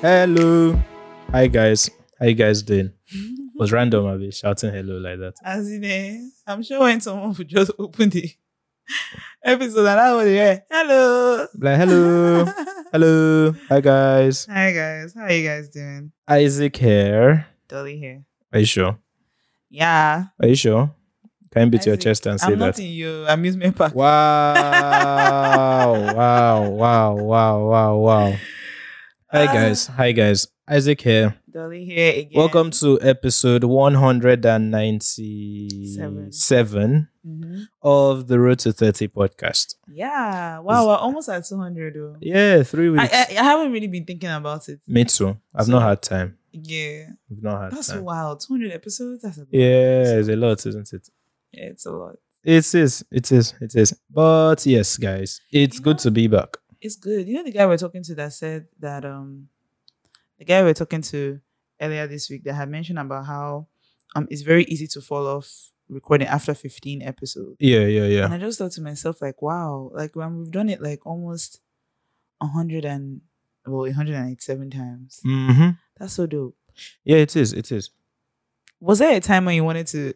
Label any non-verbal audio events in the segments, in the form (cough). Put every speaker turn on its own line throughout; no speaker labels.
Hello. Hi guys. How you guys doing?
(laughs)
It was random, I was shouting hello like that.
As in, eh, I'm sure when someone would just open the episode and I would hear, hello.
Like hello. hello. Hi guys.
(laughs) Hi guys, how are you guys doing?
Isaac here.
Dolly here.
Are you sure?
Yeah,
Are you sure? Can you beat your
Isaac,
chest and say
I'm
(laughs)
not
that?
in your amusement park.
Wow. wow. Wow. Wow. Wow. Wow. Hi
Ah.
guys. Hi guys. Isaac here.
Dolly here again.
Welcome to episode 197
Mhm.
of the Road to 30 podcast.
Yeah, wow, we're almost at 200. Though.
Yeah, three
I,
weeks.
I, I haven't really been thinking about it.
Me too. I've not had time.
Yeah,
I've not had
that's
time.
wild. 200 episodes? That's a lot.
Yeah, it's a lot, isn't it?
Yeah, it's a lot.
It is. It is. It is. But yes, guys, it's
You
good
know-
to be back.
It's good. You know the guy we're talking to that said that um the guy we're talking to earlier this week that had mentioned about how um it's very easy to fall off recording after 15 episodes.
Yeah, yeah, yeah.
And I just thought to myself, like, wow, like when we've done it like almost hundred and well, 187 times.
Mm-hmm.
That's so dope.
Yeah, it is. It is.
Was there a time when you wanted to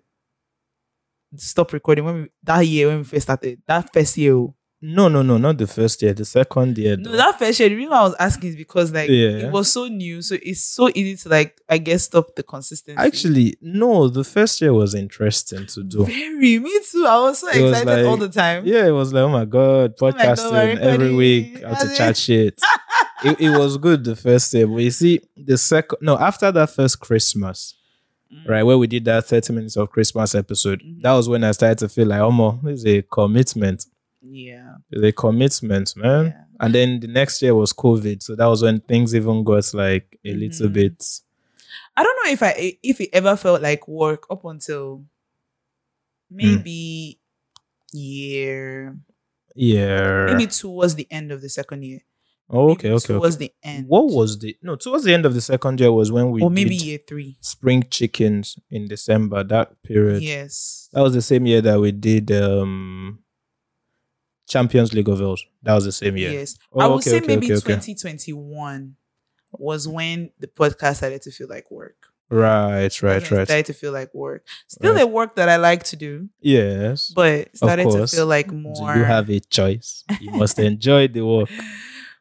stop recording when we that year when we first started? That first year. oh.
No, no, no, not the first year. The second year.
No,
though.
that fair share. The reason why I was asking is because like
Yeah.
it was so new, so it's so easy to like I guess stop the consistency.
Actually, no, the first year was interesting to do.
very me too. I was so
It was
excited all
like-
the time.
Yeah, it was like, oh my god,
my God,
podcasting every
everybody
week, how to
has
chat
it.
shit. it, it was good the first year, but you see, the second, no, after that first Christmas,
Mm.
right where we did that 30 minutes of christmas episode
Mhm.
that was when i started to feel like oh this is a commitment
Yeah.
it's a commitment man
yeah.
and then the next year was covid so that was when things even got like a little
Mhm.
bit
I don't know if I if it ever felt like work up until
Mm.
maybe year,
yeah
maybe towards the end of the second year.
oh, okay
Maybe
okay, okay.
Towards the end.
what was the no towards the end of the second year was when we
or maybe
did
year three.
spring chickens in december that period
Yes.
that was the same year that we did um champions league of Wales. that was the same year
Yes.
Oh,
I would
okay,
say
okay,
maybe
okay, okay.
2021 was when the podcast started to feel like work.
right right
That's when it
right
Started to feel like work. Still
Right.
a work that I like to do,
yes
but started to
course.
feel like
Do
more.
you have a choice? You must enjoy the
(laughs)
work.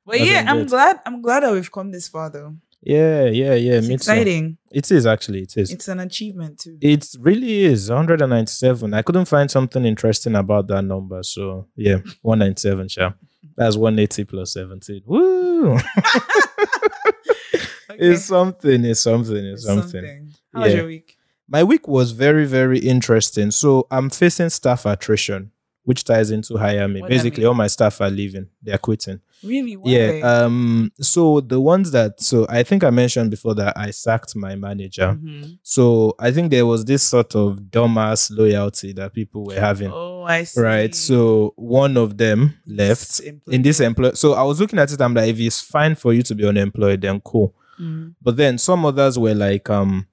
but
That's
yeah, I'm
good.
glad. I'm glad that we've come this far, though.
Yeah, yeah, yeah.
It's
me too.
exciting.
It is actually. It is. It,
It's an achievement too.
really is 197. I couldn't find something interesting about that number. So yeah, 197. Sure. That's 180 plus 17. Woo!
(laughs) Okay.
It's something. It's something. It's,
It's
something.
How was
Yeah.
your week?
My week was very, very interesting. So I'm facing staff attrition, which ties into hire me.
What that
Basically,
mean?
all my staff are leaving. They're quitting.
Really? Why?
Yeah. Um. So the ones that so I think I mentioned before that I sacked my manager.
Mhm.
So I think there was this sort of dumbass loyalty that people were having.
Oh, I see.
Right. So one of them left in this employ. So I was looking at it. I'm like, if it's fine for you to be unemployed, then cool.
Mhm.
But then some others were like, um,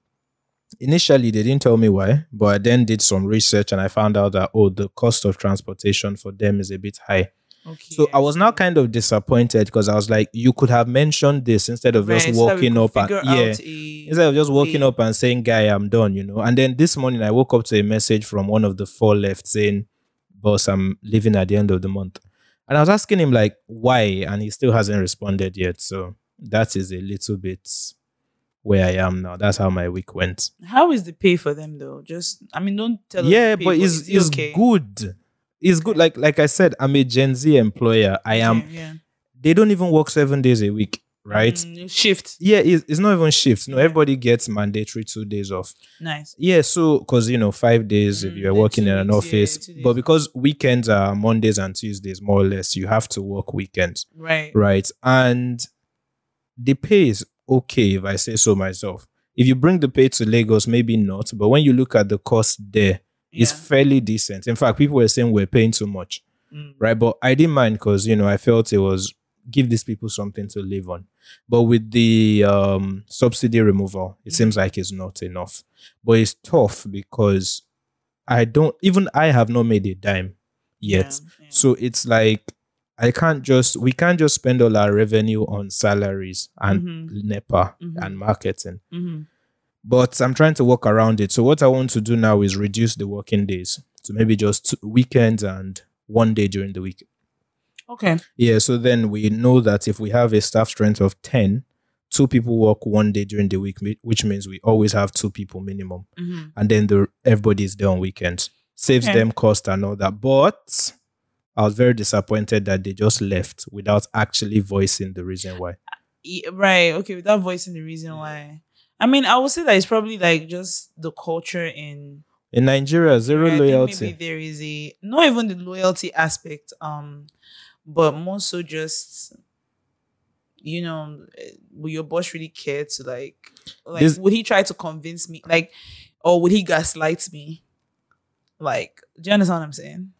initially they didn't tell me why, but I then did some research and I found out that oh, the cost of transportation for them is a bit high.
Okay.
So I was now
see.
kind of disappointed because I was like, you could have mentioned this instead of just
Right, so that we
walking
could
up and
figure
yeah,
out a-
instead of just walking
way.
up and saying, "Guy, I'm done," you know. And then this morning I woke up to a message from one of the four left saying, "Boss, I'm leaving at the end of the month," and I was asking him like, "Why?" and he still hasn't responded yet. So that is a little bit where I am now. That's how my week went.
How is the pay for them though? Just I mean, don't tell us.
yeah,
the pay,
but it's
is it
it's
okay?
good. It's good. Like like I said, I'm a Gen Z employer. I am.
Okay, yeah.
They don't even work seven days a week, right?
Mm, shift.
Yeah, it's, it's not even shifts. No,
Yeah.
everybody gets mandatory two days off.
Nice.
Yeah, so because you know, five days if
Mm,
you're
then
working
two
in an
weeks, yeah,
office,
two days
but
off.
because weekends are Mondays and Tuesdays, more or less, you have to work weekends,
Right.
right? And the pay is okay if I say so myself. If you bring the pay to Lagos, maybe not, but when you look at the cost there, it's
Yeah.
fairly decent. In fact, people were saying we're paying too much,
Mm.
right? But I didn't mind because you know, I felt it was give these people something to live on. But with the um, subsidy removal, it
Mhm.
seems like it's not enough. But it's tough because I don't even I have not made a dime yet.
Yeah, yeah.
So it's like I can't just we can't just spend all our revenue on salaries and
Mhm.
NEPA
Mhm.
and marketing.
Mhm.
But I'm trying to work around it. So what I want to do now is reduce the working days to maybe just two- weekends and one day during the week.
Okay.
Yeah, so then we know that if we have a staff strength of 10, two people work one day during the week, mi- which means we always have two people minimum.
Mhm.
And then the, everybody's there on weekends. Saves
Okay.
them cost and all that. But I was very disappointed that they just left without actually voicing the reason why.
E- Right. Okay. Without voicing the reason why. I mean, I would say that it's probably like just the culture in
In Nigeria, zero
I think
loyalty.
Maybe there is a not even the loyalty aspect, um, but more so just you know, eh, will your boss really care to like, like
This-
would he try to convince me, like, or would he gaslight me? Like, do you understand what I'm saying?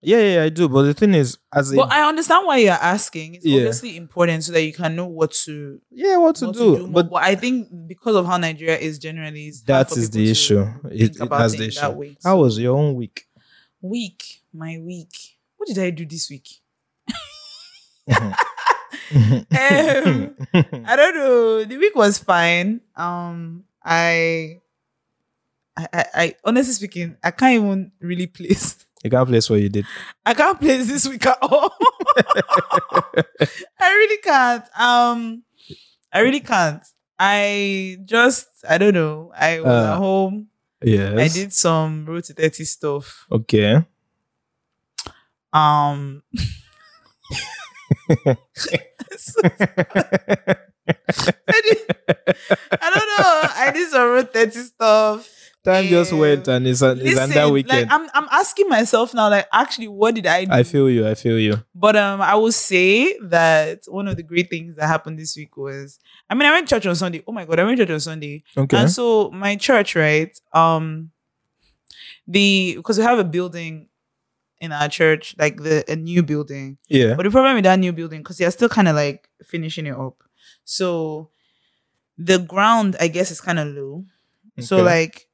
Yeah, yeah, I do. But the thing is, as a
But I understand why you're asking. It's
Yeah.
obviously important so that you can know what to,
yeah, what to
what
do?
more.
but
I think because of how Nigeria is generally, it's hard
that
for
is
people
the
to
issue.
think
It, it,
about
that's
it
the
in
issue.
that way.
How was your own week?
week, my week. What did I do this week? (laughs) Um, I don't know. The week was fine. Um, I, I, I, I honestly speaking, I can't even really place.
(laughs)
(laughs)
you can't place what you did.
I can't place this week at all. (laughs) I really can't. Um, I really can't. I just, I don't know. I was
Uh,
at home.
Yes.
I did some road to dirty stuff.
Okay. (laughs)
Um. (laughs) I, did, I don't know. I did some road dirty stuff.
Time just
Um,
went and it's, an, it's
Listen,
under weekend.
Like I'm I'm asking myself now, like actually what did I do?
I feel you. I feel you.
but um I will say that one of the great things that happened this week was I mean I went to church on Sunday. Oh my god, I went to church on Sunday.
Okay.
And so my church, right? Um the because we have a building in our church, like the a new building.
yeah.
But the problem with that new building, because they're still kind of like finishing it up. So the ground, I guess, is kind of low. So
Okay.
like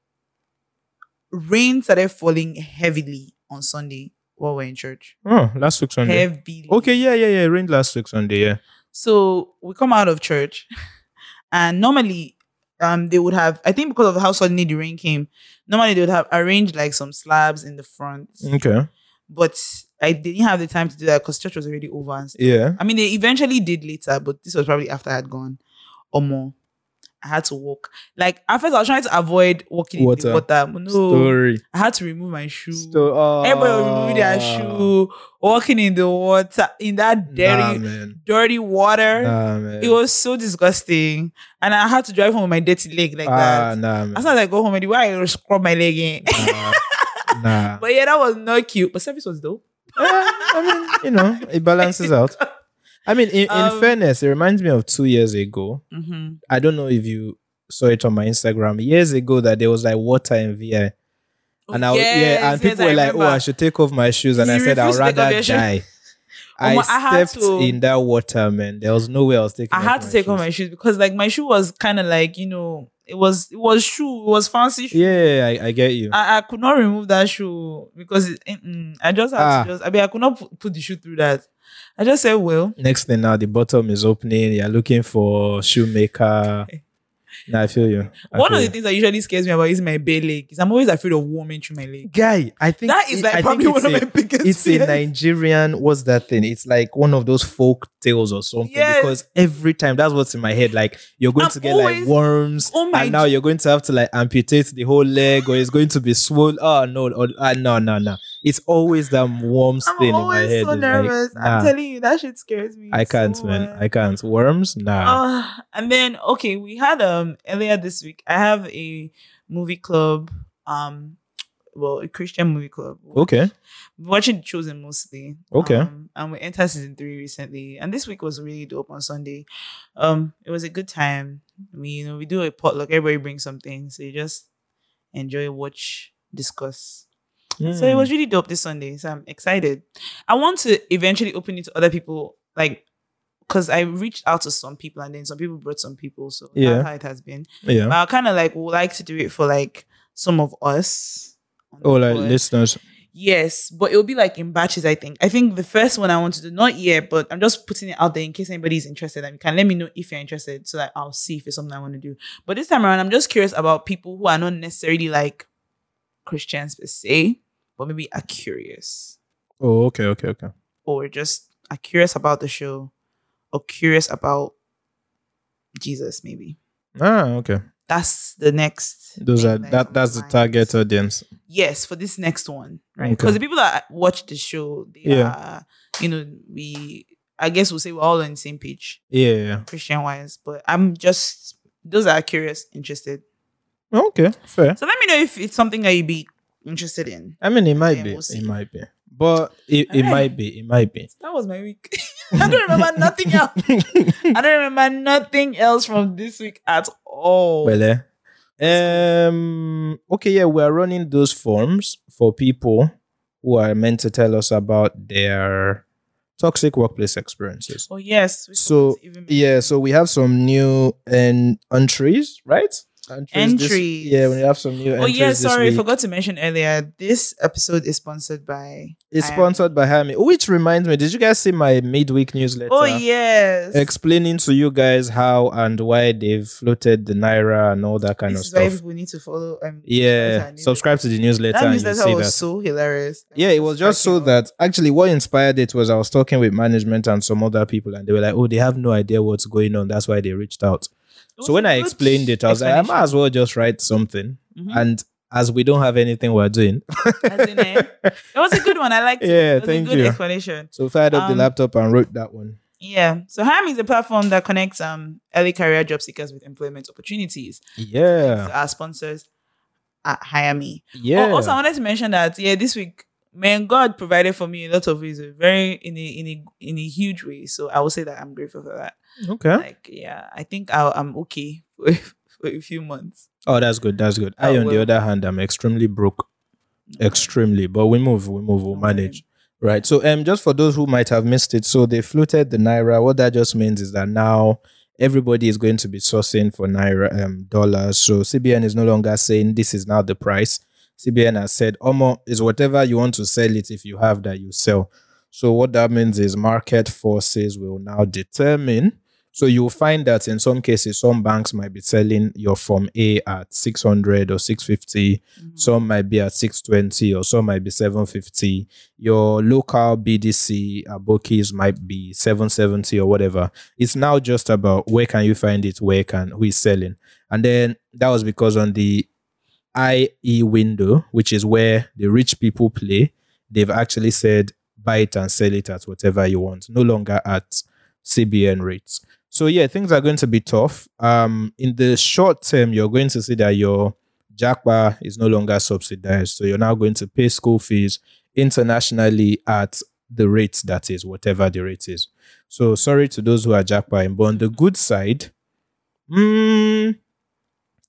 rain started falling heavily on Sunday while we're in church.
Oh, last week Sunday.
Heavily.
Okay. Yeah. Yeah. Yeah. It rained last week Sunday. Yeah.
So we come out of church (laughs) and normally um they would have I think because of how suddenly the rain came, normally they would have arranged like some slabs in the front.
Okay.
But I didn't have the time to do that because church was already over and stuff.
Yeah.
I mean, they eventually did later, but this was probably after I had gone or more. I had to walk. Like at first, I was trying to avoid walking in the
Water.
water. No,
Story.
I had to remove my shoe.
Story. Oh.
Everybody was removing their shoe, walking in the water in that
Nah,
dirty,
man.
dirty water.
Nah, man.
It was so disgusting, and I had to drive home with my dirty leg like
ah,
that.
nah, man.
As soon as I go home, I why I scrub my leg in.
nah. nah.
(laughs) but yeah, that was not cute. But service was dope.
Eh, I mean, you know, it balances out. I mean, in, in
Um,
fairness, it reminds me of two years ago.
(laughs) Mm-hmm.
I don't know if you saw it on my Instagram years ago that there was like water in VI.
Oh,
And I was, yeah, and people were like, "Oh, I should take off my shoes," and
You
I said, "I'd
refused to take off
rather
your shoes. (laughs)
die." I
Omo, I had
stepped
to-
in that water, man. There was no way I was taking.
I
off
had to take
shoes.
off my shoes because like my shoe was kind of like you know it was it was shoe it was fancy shoe.
Yeah, I, I get you.
I, I could not remove that shoe because it, mm-mm, I just had
Ah.
to just I mean I could not put, put the shoe through that. I just said well
Next thing now, the bottom is opening. You're looking for
(laughs)
shoemaker. nah, I feel you. I
one
feel
of the
you.
things that usually scares me about using my bare leg is I'm always afraid of warming through my leg.
guy, I think
That is
it-
like
I think
probably
it's
one of
a-
my (laughs) biggest.
it's a
fears.
Nigerian. What's that thing? It's like one of those folk tales or something.
Yes.
Because every time that's what's in my head. Like you're going
I'm
to get
always-
like worms,
Oh my
and now you're going to have to like amputate the whole leg, or it's going to be swollen. Oh no, oh, ah, no, no, no. It's always that worms
I'm
thing in my
always
head.
so
It's like,
nervous.
nah,
I'm telling you that shit scares me.
I can't,
so
man.
much.
I can't. Worms, nah.
Uh, and then okay, we had um earlier this week. I have a movie club, um, well, a Christian movie club.
okay,
We're watching The Chosen mostly.
Okay.
um, and we entered season three recently, and this week was really dope on Sunday. Um, it was a good time. We you know we do a potluck. Everybody brings something, so you just enjoy, watch, discuss. So it was
Hmm.
really dope this Sunday. So I'm excited. I want to eventually open it to other people, like because I reached out to some people and then some people brought some people. So
Yeah.
that's how it has been.
Hmm, yeah.
But I kind of like would like to do it for like some of us. on the
Oh, like
pod.
listeners.
Yes, but it'll be like in batches, I think. I think the first one I want to do, not yet, but I'm just putting it out there in case anybody's interested. And you can let me know if you're interested so that I'll see if it's something I want to do. But this time around, I'm just curious about people who are not necessarily like Christians per se, but maybe are curious
Oh, okay, okay, okay.
or just are curious about the show or curious about Jesus, maybe.
Ah, okay.
That's the next.
Those
thing
are
is
that.
on
That's the
my mind.
target uh, audience.
yes for this next one right
Okay.
because the people that watch the show they
Yeah.
are you know we i guess we'll say we're all on the same page
Yeah, yeah.
christian wise but i'm just those that are curious interested
yeah. Okay, fair.
so let me know if it's something that you'd be interested in
I mean, it might
Yeah,
be.
we'll see.
it might be. But it, it
Alright.
might be. It might be.
that was my week (laughs) i don't remember nothing
(laughs)
else i don't remember nothing else from this week at all
Well, eh. Um. Okay. Yeah, we are running those forms for people who are meant to tell us about their toxic workplace experiences.
oh yes we
So,
forgot to even
Yeah.
mention-
So we have some new and entries, right? this-
Entries.
yeah, we have some new.
Oh
entries
yeah,
this
sorry,
week.
forgot to mention earlier. This episode is sponsored by.
It's
I am-
sponsored by Hami, which reminds me. Did you guys see my midweek newsletter?
Oh yes,
Explaining to you guys how and why they've floated the naira and all that kind
this is
of
why
stuff.
people need to follow. Um,
Yeah,
newsletter.
subscribe to the newsletter
That
and you
newsletter
see
was
that.
so hilarious.
yeah, it was just so
cracking up.
that actually what inspired it was I was talking with management and some other people, and they were like, "Oh, they have no idea what's going on. That's why they reached out."
It was
so when
a
I
good
explained it, I was like, "I might as well just write something."
Mhm.
And as we don't have anything we're doing,
As
(laughs)
in, eh, it was a good one. I liked it.
Yeah,
it was
thank
a good
you.
explanation.
so fired up the
Um,
laptop and wrote that one.
Yeah. So Ham is a platform that connects um early career job seekers with employment opportunities.
Yeah,
So our sponsors at Hire Me.
yeah.
Oh, also, I wanted to mention that yeah, this week, man, God provided for me in a lot of ways, uh, very in a in a in a huge way. So I will say that I'm grateful for that.
okay.
Like, yeah, I think I'll, I'm okay (laughs) for, for a few months.
Oh, that's good. That's good.
Oh,
I, on the
well.
other hand, I'm extremely broke, extremely. But we move, we move, we'll
Don't worry.
manage. Right. So, um, just for those who might have missed it, so they floated the naira. What that just means is that now everybody is going to be sourcing for naira um dollars. So CBN is no longer saying this is now the price. CBN has said, "Omo is whatever you want to sell it. If you have that, you sell." So what that means is market forces will now determine. So you'll find that in some cases, some banks might be selling your form A at 600 or 650
Mhm.
some might be at 620 or some might be 750 your local bdc abokis might be 770 or whatever it's now just about where can you find it where can who is selling and then that was because on the ie window which is where the rich people play they've actually said buy it and sell it at whatever you want no longer at cbn rates so yeah things are going to be tough um in the short term you're going to see that your Jakba is no longer subsidized. So you're now going to pay school fees internationally at the rate that is, whatever the rate is. So sorry to those who are Jakba. But on the good side, mm,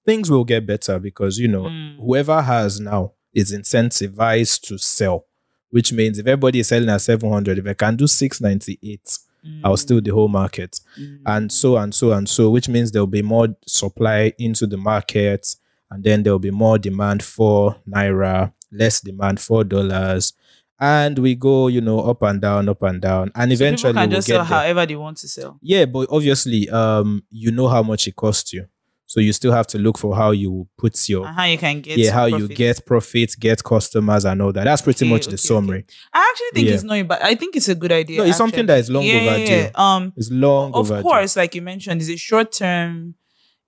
things will get better because, you know,
Mm.
whoever has now is incentivized to sell, which means if everybody is selling at 700, if I can do 698, I'll
Mm.
steal the whole market
Mm.
and so and so and so, which means there'll be more supply into the market, and then there'll be more demand for naira, less demand for dollars, and we go, you know, up and down, up and down, and
So people
eventually
can
we'll
just sell
get there.
however they want to sell.
Yeah, but obviously, um, you know how much it costs you, so you still have to look for how you put your.
And how you can get
Yeah, how you
profit.
get profit, get customers, and all that. That's pretty
Okay,
much the
okay, okay.
summary.
I actually think
Yeah.
it's not but I think it's a good idea.
No, it's something
actually.
that is long
Yeah, yeah,
overdue.
yeah. Um
It's long
of
overdue.
course, like you mentioned, it's a short term,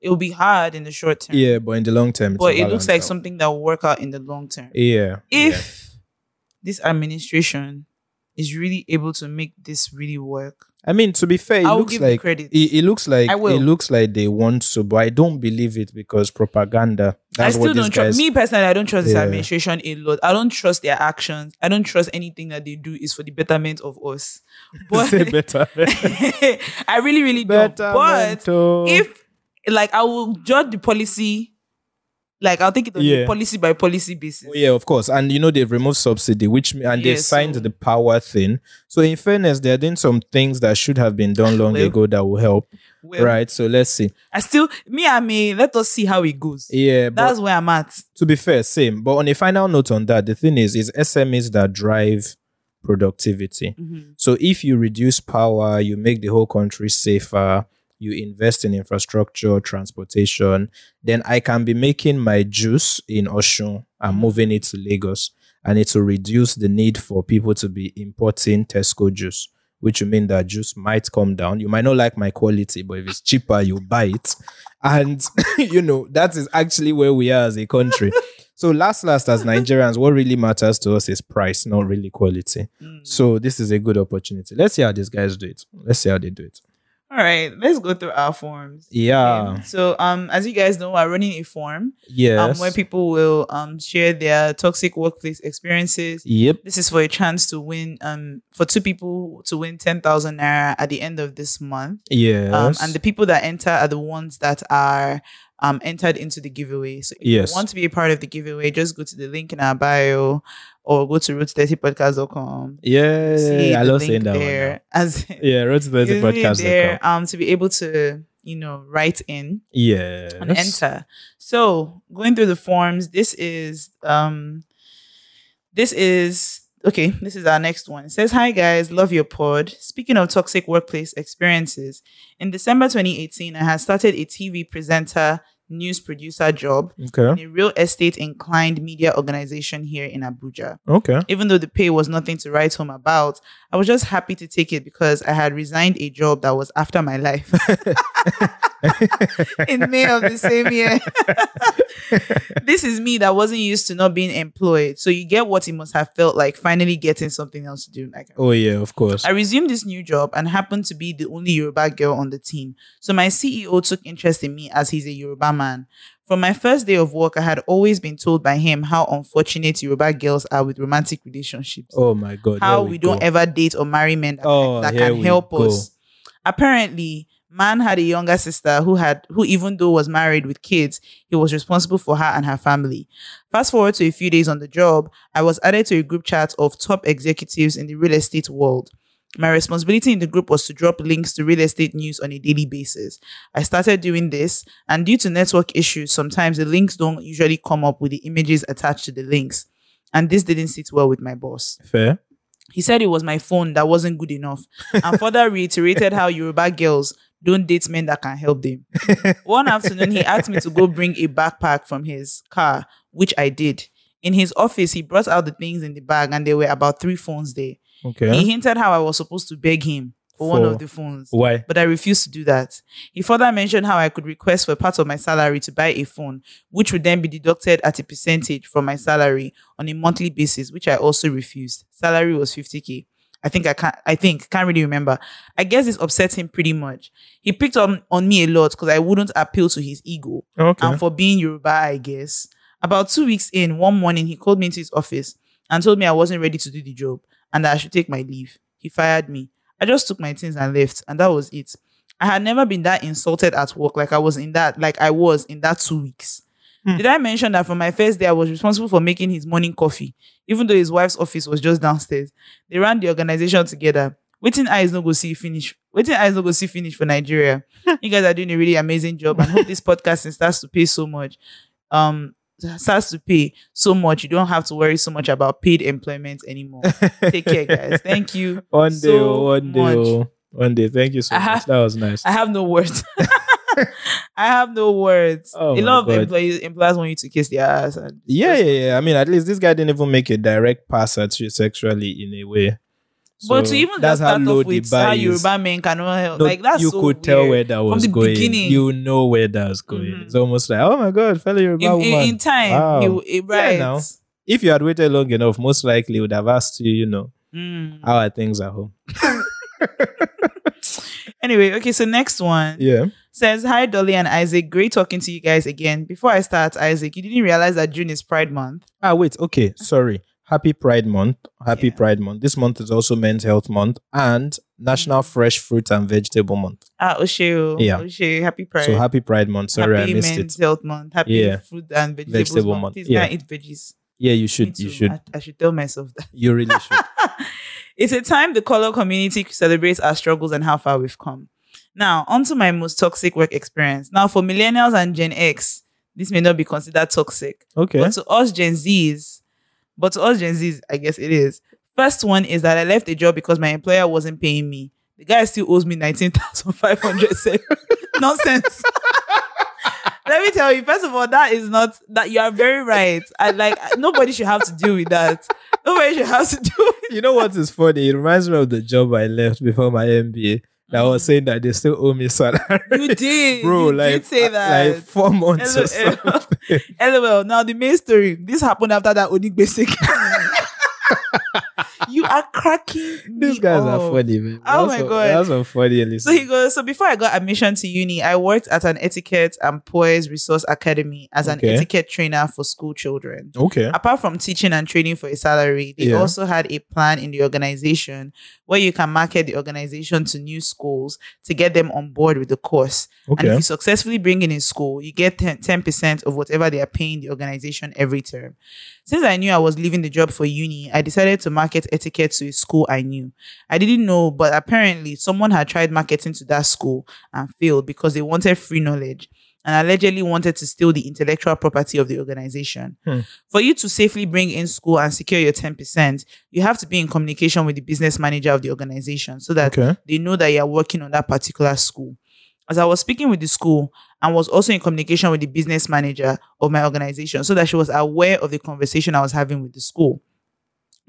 it will be hard in the short term.
Yeah, but in the long term, it's
But
a
it looks
balance
like
out.
something that will work out in the long term.
Yeah. yeah.
if this administration is really able to make this really work,
I mean, to be fair, it
I will
looks
give
like
you credit.
it, it looks like
I will.
it looks like they want to, but I don't believe it because propaganda.
I
That's
still
what these
don't trust
guys.
me personally. I don't trust this
Yeah.
administration a lot. I don't trust their actions. I don't trust anything that they do is for the betterment of
(laughs)
us.
(laughs)
But (laughs)
Say better. (laughs)
I really, really don't.
better.
But if like I will judge the policy Like I'll take it on a
Yeah.
policy by policy basis.
Oh, yeah, of course. And you know they've removed subsidy, which me- and
Yeah,
they've signed
so-
the power thing. So in fairness, they're doing some things that should have been
(laughs)
done long
Well-
ago that will help.
Well,
right. So let's see.
I still me I mean let us see how it goes.
Yeah, but
That's where I'm at.
to be fair, same. But on a final note on that, the thing is, is SMEs that drive productivity.
Mhm.
Mm. So if you reduce power, you make the whole country safer, you invest in infrastructure, transportation, then I can be making my juice in Oshun and moving it to Lagos. And it will reduce the need for people to be importing Tesco juice, which will mean that juice might come down. You might not like my quality, but if it's cheaper, you buy it. And (laughs) you know, that is actually where we are as a country. so last last as Nigerians, what really matters to us is price, not really quality.
Mm.
So this is a good opportunity. Let's see how these guys do it. Let's see how they do it.
All right, let's go through our forms.
Yeah.
Um, so um as you guys know, we're running a form um
Yes.
where people will um share their toxic workplace experiences.
yep.
This is for a chance to win um for two people to win ten thousand naira at the end of this month.
Yes.
Um, and the people that enter are the ones that are um, entered into the giveaway. So if
Yes.
you want to be a part of the giveaway, just go to the link in our bio or go to route30podcast.com.
yeah. Eh, I love saying that. one now.
As
Yeah. Road to
(laughs) you see
the podcast.
there um, to be able to, you know, write in
Yes.
and enter. So going through the forms, this is um this is okay, this is our next one. It says, Hi guys, love your pod. Speaking of toxic workplace experiences, in December 2018, I had started a TV presenter, news producer job in
Okay.
a real estate inclined media organization here in Abuja.
Okay.
Even though the pay was nothing to write home about, I was just happy to take it because I had resigned a job that was after my life (laughs) in May of the same year. (laughs) this is me that wasn't used to not being employed. So you get what it must have felt like finally getting something else to do. Like,
oh yeah. Of course.
I resumed this new job and happened to be the only Yoruba girl on the team. So my CEO took interest in me as he's a Yoruba man. From my first day of work, I had always been told by him how unfortunate Yoruba girls are with romantic relationships
oh my god.
how
there
we,
go.
don't ever date or marry men that,
Oh,
that
here
can
we
help
go.
us. Apparently, man had a younger sister who had who even though was married with kids, he was responsible for her and her family. Fast forward to a few days on the job, I was added to a group chat of top executives in the real estate world. My responsibility in the group was to drop links to real estate news on a daily basis. I started doing this, and due to network issues, sometimes the links don't usually come up with the images attached to the links. And this didn't sit well with my boss.
Fair.
He said it was my phone that wasn't good enough, and further reiterated how Yoruba girls don't date men that can help them. One afternoon, he asked me to go bring a backpack from his car, which I did. In his office, he brought out the things in the bag, and there were about three phones there.
Okay.
He hinted how I was supposed to beg him for, one
For-
of the phones,
Why?
but I refused to do that. He further mentioned how I could request for part of my salary to buy a phone, which would then be deducted at a percentage from my salary on a monthly basis, which I also refused. Salary was 50k. I think I can't I think can't really remember. I guess this upset him pretty much. He picked on, on me a lot because I wouldn't appeal to his ego
Okay.
and for being Yoruba, I guess. About two weeks in, one morning, he called me into his office and told me I wasn't ready to do the job and that I should take my leave. He fired me. I just took my things and left, and that was it. I had never been that insulted at work like I was in that, like I was in that two weeks.
Hmm.
Did I mention that from my first day, I was responsible for making his morning coffee, even though his wife's office was just downstairs? They ran the organization together. Waiting eyes no go see finish. Waiting eyes no go see finish for Nigeria. you guys are doing a really amazing job, and hope this podcasting starts to pay so much. Um, starts to pay so much. You don't have to worry so much about paid employment anymore. Take
(laughs)
care, guys. Thank you.
One day.
so
oh, one day.
much.
oh. One day. Thank you so
(laughs) I ha-
much. That was nice.
I have no words. (laughs) I have no words.
Oh my
a lot of
God.
employees employers want you to kiss their ass. And
Yeah,
just-
yeah, yeah. I mean, at least this guy didn't even make a direct pass at you sexually in a way.
But
So
to even
that's
just
how
start
low
off
the
with how
bar is.
Yoruba men cannot help,
No,
like that's
you
so
could tell
weird.
where that was
the
going.
beginning.
You know where that was going.
Mhm.
It's almost like, oh my god, fellow Yoruba
in,
woman.
in, in time,
Wow.
you it,
Yeah,
right.
now. if you had waited long enough, most likely he would have asked you, you know,
Mm.
how are things at home?
Anyway, okay, so next one
Yeah.
says Hi Dolly and Isaac, great talking to you guys again. Before I start, Isaac, you didn't realize that June is Pride Month.
Ah, wait. Okay, sorry. Happy Pride Month. Happy
Yeah.
Pride Month. This month is also Men's Health Month and National
Mm.
Fresh Fruit and Vegetable Month.
Ah, Oshe.
Yeah.
Yeah. Oshe, happy Pride.
So happy Pride Month. Sorry,
happy
I missed
Men's
it.
Health Month. Happy
Yeah.
Fruit and Vegetables
Vegetable
Month.
month,
Please
yeah.
can eat veggies.
Yeah, you
Me
should. You
too.
should.
I, I should tell myself that. (laughs)
You really should.
it's a time the color community celebrates our struggles and how far we've come. Now, onto my most toxic work experience. Now, for millennials and Gen X, this may not be considered toxic,
Okay.
but to us Gen Zs, but to us Gen Zs, I guess it is. First one is that I left a job because my employer wasn't paying me. The guy still owes me nineteen thousand five hundred. (laughs) Nonsense. (laughs) Let me tell you. First of all, that is not that you are very right. I like nobody should have to deal with that. Nobody should have to deal with
you know what is funny? It reminds me of the job I left before my MBA. That was saying that they still owe me salary. (laughs)
Mm. You did,
Bro,
You
like,
did say that.
like four
(laughs)
months or
LOL. (laughs)
something.
LOL. Now the main story. This happened after that Onik Basic. (laughs) you are cracking.
(laughs) These
me
guys are
up.
funny, man.
Oh
That's
my
what-
God.
That's some funny Elisa.
So he goes. So before I got admission to uni, I worked at an etiquette and poise resource academy as an
Okay.
etiquette trainer for school children.
okay.
Apart from teaching and training for a salary, they
Yeah.
also had a plan in the organization where you can market the organization to new schools to get them on board with the course. And if
Okay.
you successfully bring it in school, you get 10, 10% of whatever they are paying the organization every term. Since I knew I was leaving the job for uni, I decided to market etiquette to a school I knew. I didn't know, but apparently someone had tried marketing to that school and failed because they wanted free knowledge and allegedly wanted to steal the intellectual property of the organization.
Hmm.
For you to safely bring in school and secure your 10%, you have to be in communication with the business manager of the organization so that
Okay.
they know that you're working on that particular school. As I was speaking with the school and was also in communication with the business manager of my organization so that she was aware of the conversation I was having with the school.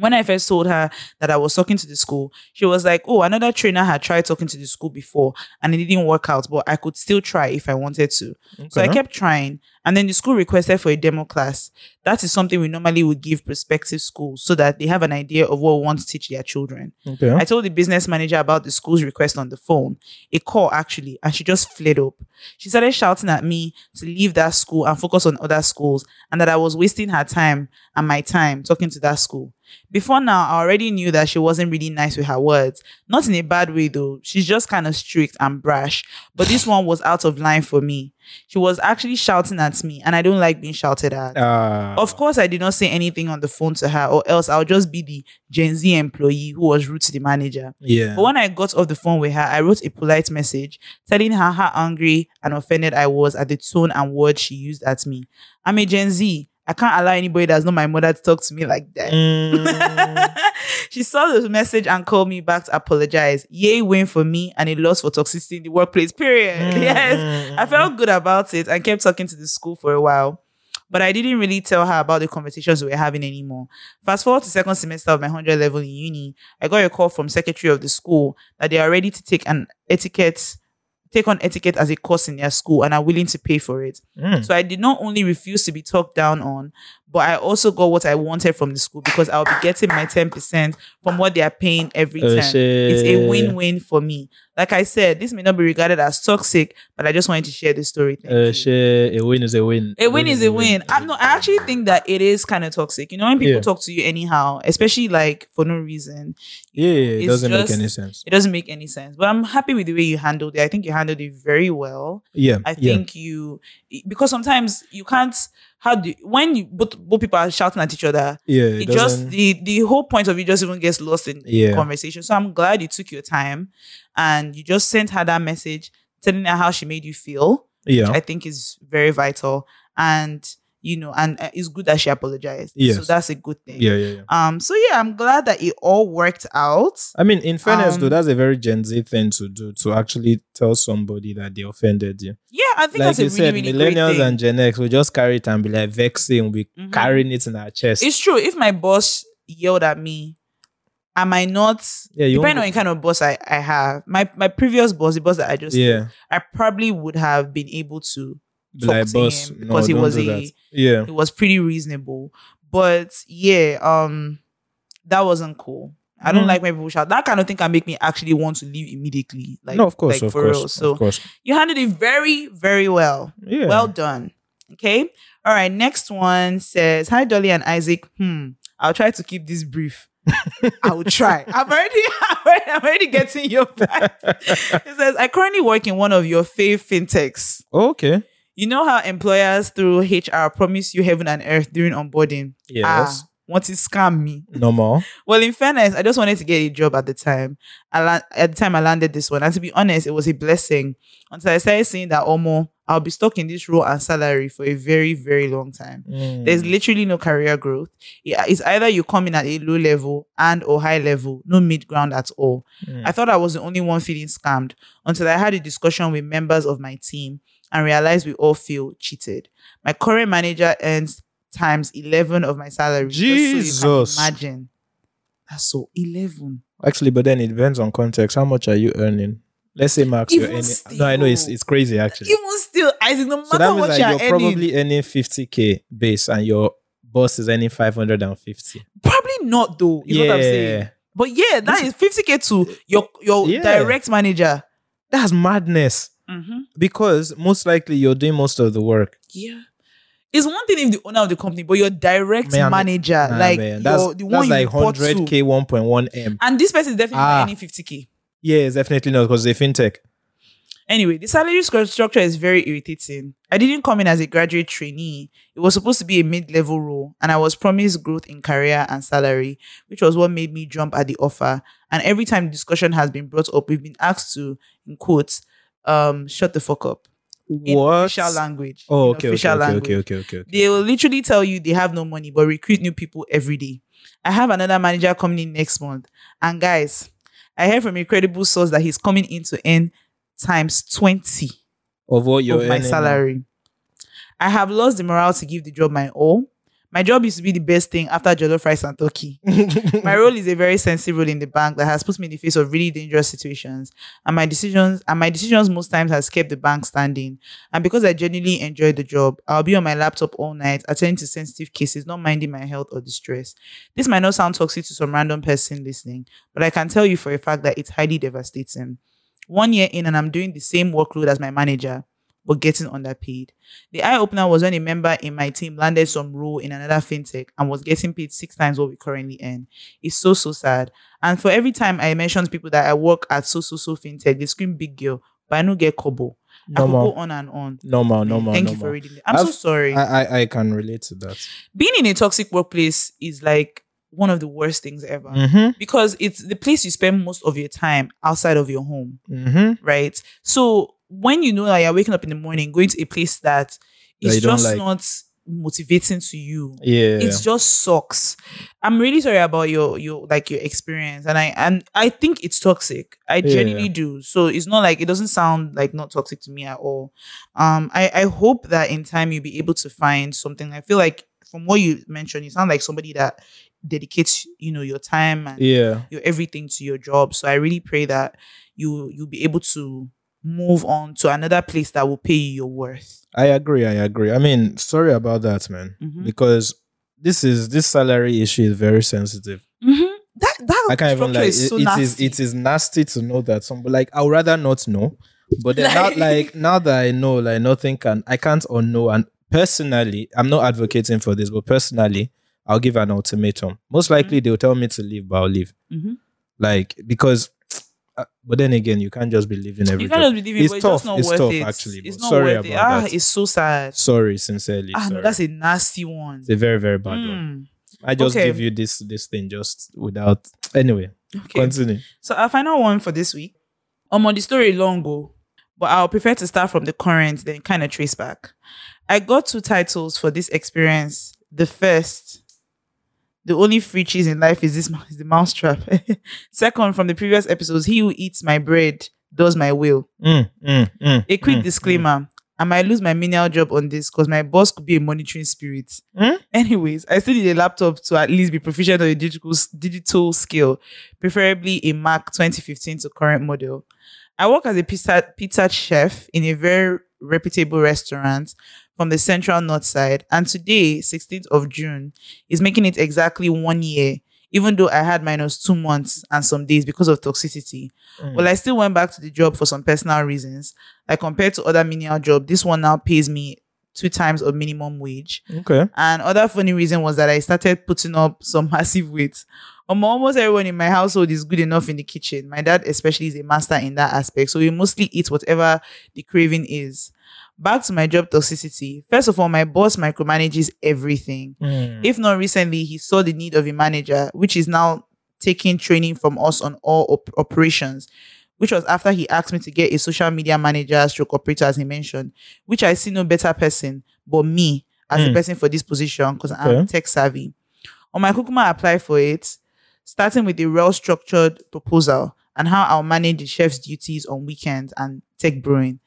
When I first told her that I was talking to the school, she was like, Oh, another trainer had tried talking to the school before and it didn't work out, but I could still try if I wanted to. So I
Okay.
kept trying. And then the school requested for a demo class. That is something we normally would give prospective schools so that they have an idea of what we want to teach their children.
Okay.
I told the business manager about the school's request on the phone, a call actually, and she just flared up. She started shouting at me to leave that school and focus on other schools, and that I was wasting her time and my time talking to that school. Before now, I already knew that she wasn't really nice with her words. Not in a bad way though, she's just kind of strict and brash, but this one was out of line for me. She was actually shouting at me, and I don't like being shouted at.
Uh,
Of course, I did not say anything on the phone to her, or else I'll just be the Gen Z employee who was rude to the manager.
Yeah.
But when I got off the phone with her, I wrote a polite message telling her how angry and offended I was at the tone and words she used at me. I'm a Gen Z. I can't allow anybody that's not my mother to talk to me like that.
(laughs) Mm,
she saw the message and called me back to apologize. Yay, win for me and a loss for toxicity in the workplace. Period.
mm,
(laughs) Yes.
mm,
I felt good about it and kept talking to the school for a while. But I didn't really tell her about the conversations we were having anymore. Fast forward to second semester of my 100 level in uni, I got a call from secretary of the school that they are ready to take an etiquette, take on etiquette as a course in their school and are willing to pay for it.
mm.
So I did not only refuse to be talked down on, but I also got what I wanted from the school because I'll be getting my 10% from what they are paying every
Oh,
time. It's a
shit.
win-win for me. Like I said, this may not be regarded as toxic, but I just wanted to share this story. Thank
Uh,
you.
share a win is a win.
A win is a win. I, no, I actually think that it is kind of toxic. You know, when people
Yeah.
talk to you anyhow, especially like for no reason,
Yeah, yeah, it
It's
doesn't make
just-
any sense.
it doesn't make any sense. But I'm happy with the way you handled it. I think you handled it very well.
Yeah,
I
yeah.
think you because sometimes you can't. How do when you both both people are shouting at each other,
yeah, it,
it just
doesn't-
the the whole point of it just even gets lost in
Yeah.
conversation. So I'm glad you took your time and you just sent her that message telling her how she made you feel.
yeah,
I think is very vital and you know and uh, it's good that she apologized. So
Yes.
that's a good thing.
yeah, yeah, yeah.
Um so yeah, I'm glad that it all worked out.
I mean, in fairness, though,
Um,
that's a very Gen Z thing to do to actually tell somebody that they offended you.
Yeah, I think
Like
that's a
you
really
said,
really great
millennials
thing.
and Gen X will just carry it and be like vexing, we
Mhm.
carrying it in our chest.
It's true. If my boss yelled at me, I might not
yeah, you
depending on
won't
the kind of boss I, I have. My my previous boss, the boss that I
go-
just
yeah,
I probably would have been able to
be
talk
like
to
boss,
him
no,
because he
don't
was
do
a
that. yeah,
he was pretty reasonable. But yeah, um, that wasn't cool. I don't
Mm.
like when people shout. That kind of thing can make me actually want to leave immediately. Like
no, of course,
like,
of
for
course,
real. So
of course,
you handled it very, very well.
yeah.
Well done. Okay.
(laughs)
All right. Next one says, Hi Dolly and Isaac. Hmm. I'll try to keep this brief. I will try. I'm already, (laughs) I'm already, I'm already getting your back. It says, I currently work in one of your fave fintechs.
okay.
You know how employers through HR promise you heaven and earth during onboarding?
Yes.
Ah, want to scam me?
Normal.
Well, in fairness, I just wanted to get a job at the time. I la- at the time I landed this one, and to be honest, it was a blessing until I started seeing that Omo, I'll be stuck in this role and salary for a very, very long time.
Mm,
There's literally no career growth. Yeah, It's either you come in at a low level and or high level, no mid ground at all.
Mm.
I thought I was the only one feeling scammed until I had a discussion with members of my team and realized we all feel cheated. My current manager earns times 11 of my salary. just so you can
Jesus.
imagine. That's so 11.
Actually, but then it depends on context. How much are you earning? Let's say max you're
Even
earning. No, I know it's
still.
it's crazy actually.
Even still, Isaac, no matter
So that means
what
that
you're,
you're
earning,
probably earning 50k base and your boss is earning 550.
probably not though. Is what I'm saying. But yeah, that is 50k to your your
Yeah.
direct manager.
That's madness.
Mm-hmm.
Because most likely you're doing most of the work.
Yeah. It's one thing if the owner of the company, but your direct
Man,
manager,
Nah,
Uh, like
man,
your-
that's,
the
that's
one you
like
report
100k,
to.
1.1 m.
And this person is definitely
Ah.
earning 50k.
Yeah, it's definitely not because they fintech.
Anyway, the salary sc- structure is very irritating. I didn't come in as a graduate trainee. It was supposed to be a mid-level role, and I was promised growth in career and salary, which was what made me jump at the offer. And every time the discussion has been brought up, we've been asked to, in quotes, um, shut the fuck up in
What?
official language.
Oh,
In
okay, okay,
official
okay,
language.
okay, okay, okay, okay.
They will literally tell you they have no money, but recruit new people every day. I have another manager coming in next month. And guys, I heard from a credible source that he's coming in to earn times 20
Of what you're
of my
earning.
salary. I have lost the morale to give the job my all. My job used to be the best thing after jollof rice and turkey. My role is a very sensitive role in the bank that has put me in the face of really dangerous situations, and my decisions and my decisions most times has kept the bank standing. And because I genuinely enjoy the job, I'll be on my laptop all night attending to sensitive cases, not minding my health or distress. This might not sound toxic to some random person listening, but I can tell you for a fact that it's highly devastating. One year in, and I'm doing the same workload as my manager. But getting underpaid. The eye opener was when a member in my team landed some role in another fintech and was getting paid six times what we currently earn. It's so so sad. And for every time I mention to people that I work at so so so fintech, they scream big girl, but I no get kobo. I
(laughs)
could go
Normal,
on and on.
normal, normal.
Thank you
normal.
for reading. It. I'm so
I've-
sorry.
I, I, I can relate to that.
Being in a toxic workplace is like one of the worst things ever
Mm-hmm.
because it's the place you spend most of your time outside of your home
Mm-hmm.
right? So when you know that you're waking up in the morning, going to a place that
That
is
you don't
just
like.
not motivating to you.
Yeah.
It just sucks. I'm really sorry about your your like your experience, and I and I think it's toxic. I
Yeah.
genuinely do. So it's not like it doesn't sound like not toxic to me at all. Um, I I hope that in time you'll be able to find something. I feel like from what you mentioned, you sound like somebody that dedicates you know your time and
yeah.
your everything to your job. So I really pray that you you'll be able to move on to another place that will pay you your worth.
I agree. I agree. I mean, sorry about that, man.
Mhm.
Because this is this salary issue is very sensitive.
Mm-hmm. That that
I can't even
structure
like
is so
it- it
nasty.
is it is nasty to know that some like I would rather not know. But then
Like- (laughs)
now like now that I know like nothing can I can't unknow and personally I'm not advocating for this, but personally I'll give an ultimatum.
Mm-hmm.
Most likely they'll tell me to leave, but I'll leave.
Mhm.
Like because uh, but then again you can't just be leaving every
You
job.
cannot believe it,
It's
but it's
tough,
just not
it's
worth
tough,
it.
actually,
it's
but
not
sorry
worth it.
about
Ah,
that.
it's so sad.
Sorry, sincerely.
Ah, no,
sorry.
that's a nasty one.
it's a very, very bad one.
Mm.
I just
Okay.
give you this this thing just without anyway.
Hmm, Okay.
Continue.
So our final one for this week. I'm on the story long ago, but I'll prefer to start from the current, then kind of trace back. I got two titles for this experience. The first, the only free cheese in life is this mou- is the mousetrap. (laughs) Second, from the previous episodes, he who eats my bread does my will.
Mm, mm, mm,
A quick
mm,
disclaimer. I might lose my menial job on this because my boss could be a monitoring spirit.
Hmm?
Anyways, I still need a laptop to at least be proficient on a digital, digital skill, preferably a Mac 2015 to current model. I work as a pizza, pizza chef in a very reputable restaurant from the central north side. And today, 16th of June, is making it exactly one year, even though I had minus two months and some days because of toxicity.
Mm.
Well, I still went back to the job for some personal reasons. Like compared to other menial job, this one now pays me two times of minimum wage.
Okay.
And other funny reason was that I started putting up some (laughs) massive weight. Um, almost everyone in my household is good enough in the kitchen. My dad especially is a master in that aspect. So we mostly eat whatever the craving is. Back to my job toxicity. First of all, my boss micromanages everything.
Mm.
If not recently, he saw the need of a manager, which is now taking training from us on all op- operations, which was after he asked me to get a social media manager stroke operator, as he mentioned, which I see no better person but me as
Mm.
a person for this position because
Okay.
I'm tech savvy. On my Kukuma apply for it, starting with a well structured proposal and how I'll manage the chef's duties on weekends and tech brewing.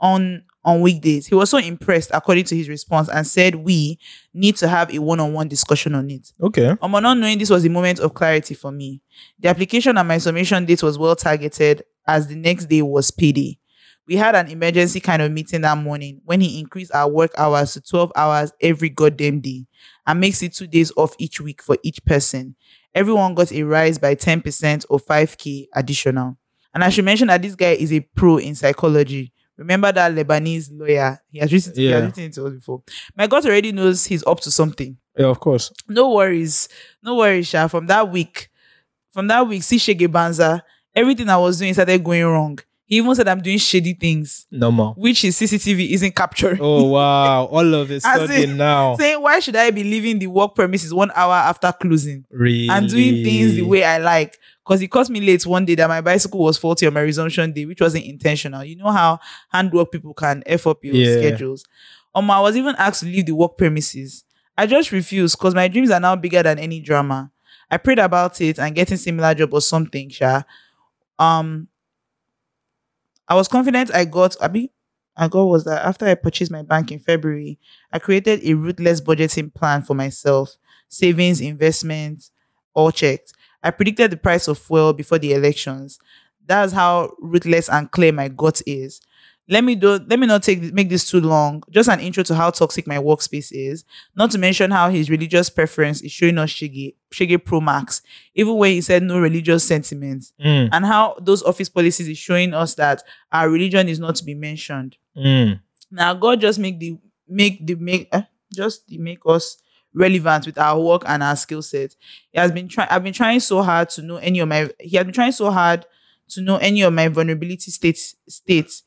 On on weekdays, he was so impressed according to his response and said we need to have a one-on-one discussion on it.
Okay.
Um, not knowing this was a moment of clarity for me. The application and my summation date was well targeted as the next day was payday. We had an emergency kind of meeting that morning when he increased our work hours to 12 hours every goddamn day and makes it two days off each week for each person. Everyone got a rise by 10% or 5K additional. And I should mention that this guy is a pro in psychology. Remember that Lebanese lawyer? He has written, he
Yeah.
has written it to us before. My God already knows he's up to something
Yeah, of course.
no worries, no worries, Sha. From that week, from that week, see Shege Banza, everything I was doing started going wrong. He even said I'm doing shady things,
Normal.
which his CCTV isn't capturing.
Oh wow! All
(laughs)
of a sudden
in- (laughs)
now,
Saying why should I be leaving the work premises one hour after closing
really,
and doing things the way I like? Because it cost me late one day that my bicycle was faulty on my resumption day, which wasn't intentional. You know how handwork people can f up your
Yeah.
schedules. Um, I was even asked to leave the work premises. I just refused because my dreams are now bigger than any drama. I prayed about it and getting similar job or something, Sha. Um, I was confident I got Abi. I got was that after I purchased my bank in February, I created a ruthless budgeting plan for myself, savings, investments, all checked. I predicted the price of fuel before the elections. That's how ruthless and clear my gut is. Let me do let me not take make this too long. Just an intro to how toxic my workspace is. Not to mention how his religious preference is showing us Shige, Shige Pro Max, even when he said no religious sentiments
Mm,
and how those office policies is showing us that our religion is not to be mentioned.
mm.
Now God just make the make the make eh, just the make us relevant with our work and our skill set. He has been trying. I've been trying so hard to know any of my. He has been trying so hard to know any of my vulnerability states states.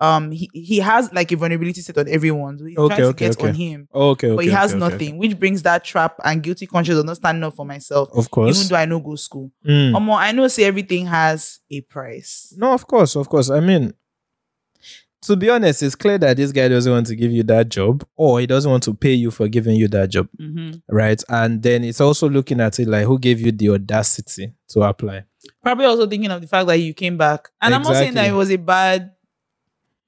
Um, he, he has like a vulnerability state on everyone. So he's
Okay,
trying to
okay,
get
okay.
on him,
Okay, okay.
but he has
okay, okay,
nothing, which brings that trap and guilty conscience of not standing up for myself,
okay. Of
even
course.
though I know go school.
Mm.
Omo, I know say everything has a price.
No, of course, of course. I mean, to be honest, it's clear that this guy doesn't want to give you that job, or he doesn't want to pay you for giving you that job,
Mhm.
right? And then it's also looking at it like, who gave you the audacity to apply?
Probably also thinking of the fact that you came back. And I'm not saying that it
Exactly.
was a bad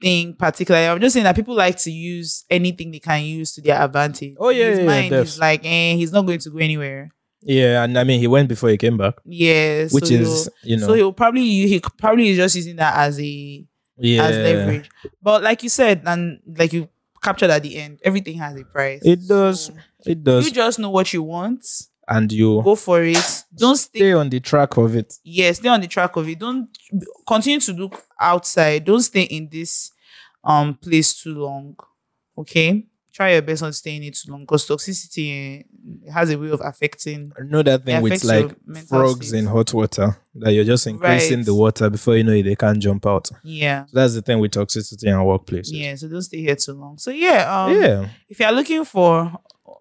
thing, particularly. I'm just saying that people like to use anything they can use to their advantage.
Oh, yeah,
His
yeah, yeah,
mind is
def.
like, eh, he's not going to go anywhere.
Yeah, and I mean, he went before he came back,
Yeah.
which
so
is you know,
so he'll probably he probably is just using that as a
yeah,
as leverage. But like you said, and like you captured at the end, everything has a price.
It does.
So
it
you
does,
just know what you want.
and you
Go for it. Don't stick
stay on the track of it.
yeah, stay on the track of it. Don't continue to look outside. Don't stay in this um place too long. Okay, try your best not to stay in it too long because toxicity eh, has a way of affecting.
Another thing with
affects
like
your mental
frogs
state.
in hot water that you're just increasing
Right.
the water before you know it, they can't jump out.
Yeah,
So that's the thing with toxicity and workplaces.
yeah. So don't stay here too long. So yeah, um,
yeah.
If you are looking for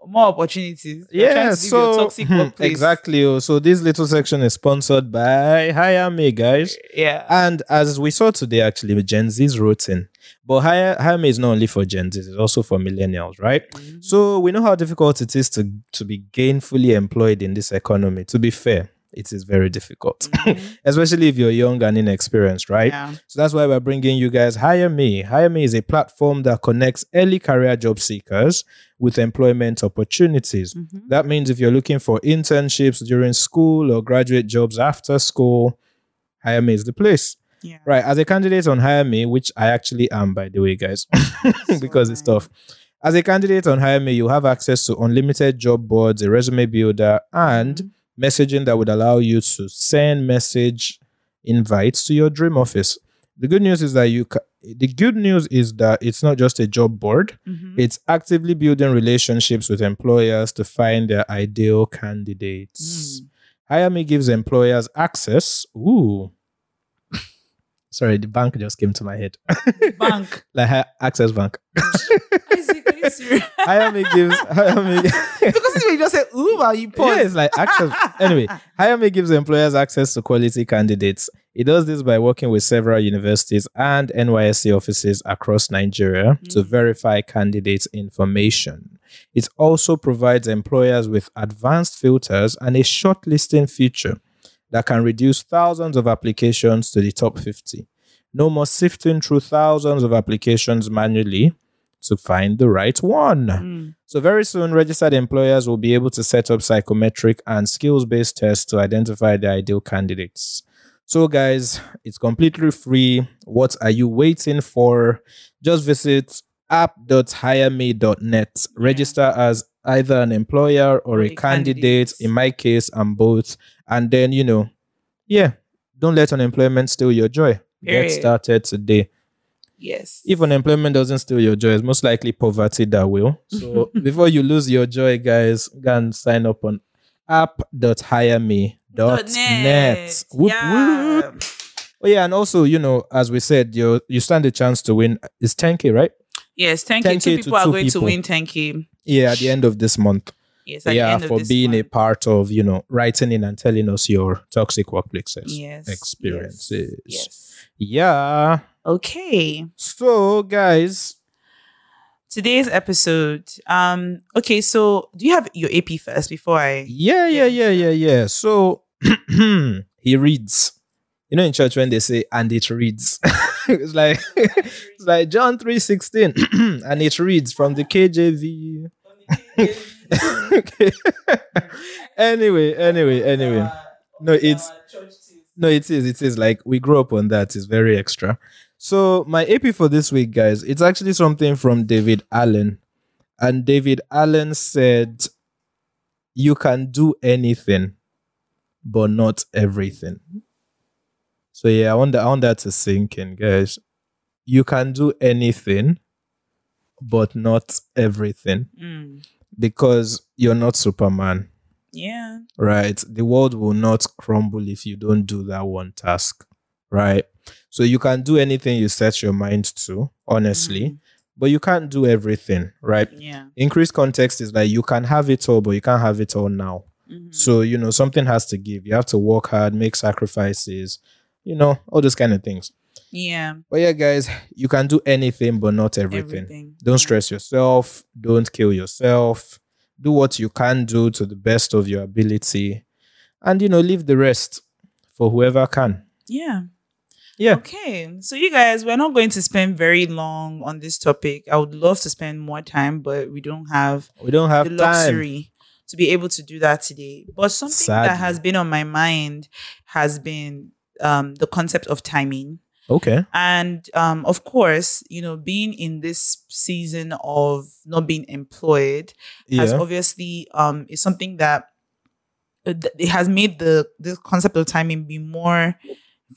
more opportunities, if you're trying
Yeah,
to leave your
so
toxic
(laughs) hmm,
workplace,
exactly. oh. So this little section is sponsored by Hire Me, guys.
Yeah,
And as we saw today, actually, Gen Z's routine. But Hire, Hire Me is not only for Gen Zs, it's also for millennials, right?
Mhm.
So we know how difficult it is to, to be gainfully employed in this economy. To be fair, it is very difficult,
Mhm.
(laughs) especially if you're young and inexperienced, right?
yeah.
So that's why we're bringing you guys Hire Me. Hire Me is a platform that connects early career job seekers with employment opportunities.
Mhm.
That means if you're looking for internships during school or graduate jobs after school, Hire Me is the place.
Yeah.
Right. As a candidate on Hire Me, which I actually am, by the way, guys, (laughs) because it's tough. As a candidate on Hire Me, you have access to unlimited job boards, a resume builder, and
Mhm.
messaging that would allow you to send message invites to your dream office. The good news is that you ca- the good news is that it's not just a job board. (laughs)
Mhm.
It's actively building relationships with employers to find their ideal candidates.
Mm.
Hire Me gives employers access. Ooh. Sorry, the bank just came to my head.
Mm-hmm. Bank.
Like hi- Access Bank.
Isaac, are you serious?
Hire Me gives Hire Me. (laughs)
(laughs) because if you just say Uber, you
yeah,
pause. (laughs)
it's like access. anyway, Hire Me gives employers access to quality candidates. It does this by working with several universities and NYSC offices across Nigeria to
Mhm.
verify candidates' information. It also provides employers with advanced filters and a shortlisting feature that can reduce thousands of applications to the top 50. No more sifting through thousands of applications manually to find the right one.
Mm.
So very soon, registered employers will be able to set up psychometric and skills-based tests to identify the ideal candidates. So, guys, it's completely free. What are you waiting for? Just visit app.hireme.net. Register as either an employer or a
a candidate.
candidate. In my case, I'm both. And then, you know, yeah, don't let unemployment steal your joy.
Period.
Get started today
Yes.
if unemployment doesn't steal your joy, it's most likely poverty that will.
(laughs)
So before you lose your joy, guys, go and sign up on
Dot
app.hireme.net.
net.
Whoop,
Yeah.
whoop. Oh yeah, and also, you know, as we said, you you stand a chance to win. It's 10k, right?
Yes, thank you.
10K
Two
to
people are
two
going
people.
to win 10K.
Yeah, at the end of this month.
Yes, at the
yeah,
end of
for
this
being a
month.
part of, you know, writing in and telling us your toxic workplace ex-
yes,
experiences.
Yes, yes.
Yeah.
Okay.
So guys,
Today's episode. Um, okay, so do you have your AP first before I
Yeah, yeah, yeah,
Yeah.
yeah, yeah. So (clears throat) he reads. You know, in church when they say "and it reads," (laughs) it's (laughs) like it's like John three sixteen, (clears throat) and it reads from the KJV. (laughs) Okay. (laughs) anyway, (laughs) anyway, anyway. No, it's no, it is, it is like we grew up on that. It's very extra. So my AP for this week, guys, it's actually something from David Allen, and David Allen said, "You can do anything, but not everything." So yeah, I want that, I want that to sink in, guys. You can do anything, but not everything,
Mm,
because you're not Superman.
yeah.
Right. The world will not crumble if you don't do that one task. Right. So you can do anything you set your mind to, honestly, but you can't do everything. Right.
Mm, yeah.
Increased context is like you can have it all, but you can't have it all now.
Mhm.
So, you know, something has to give. You have to work hard, make sacrifices, you know, all those kind of things.
yeah.
But yeah, guys, you can do anything, but not everything. Don't stress yourself. Don't kill yourself. Do what you can do to the best of your ability. And, you know, leave the rest for whoever can.
Yeah.
Yeah.
Okay. So you guys, we're not going to spend very long on this topic. I would love to spend more time, but we don't have
We don't have
the
time.
luxury to be able to do that today. But something
Sadly.
that has been on my mind has been um, the concept of timing.
Okay.
And um, of course, you know, being in this season of not being employed has
Yeah.
obviously um, is something that uh, th- it has made the the concept of timing be more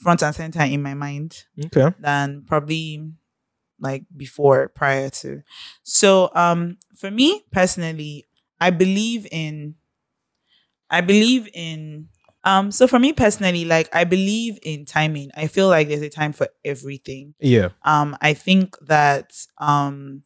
front and center in my mind
Okay.
than probably like before prior to so um for me personally i believe in i believe in um so for me personally like i believe in timing i feel like there's a time for everything
Yeah.
um i think that um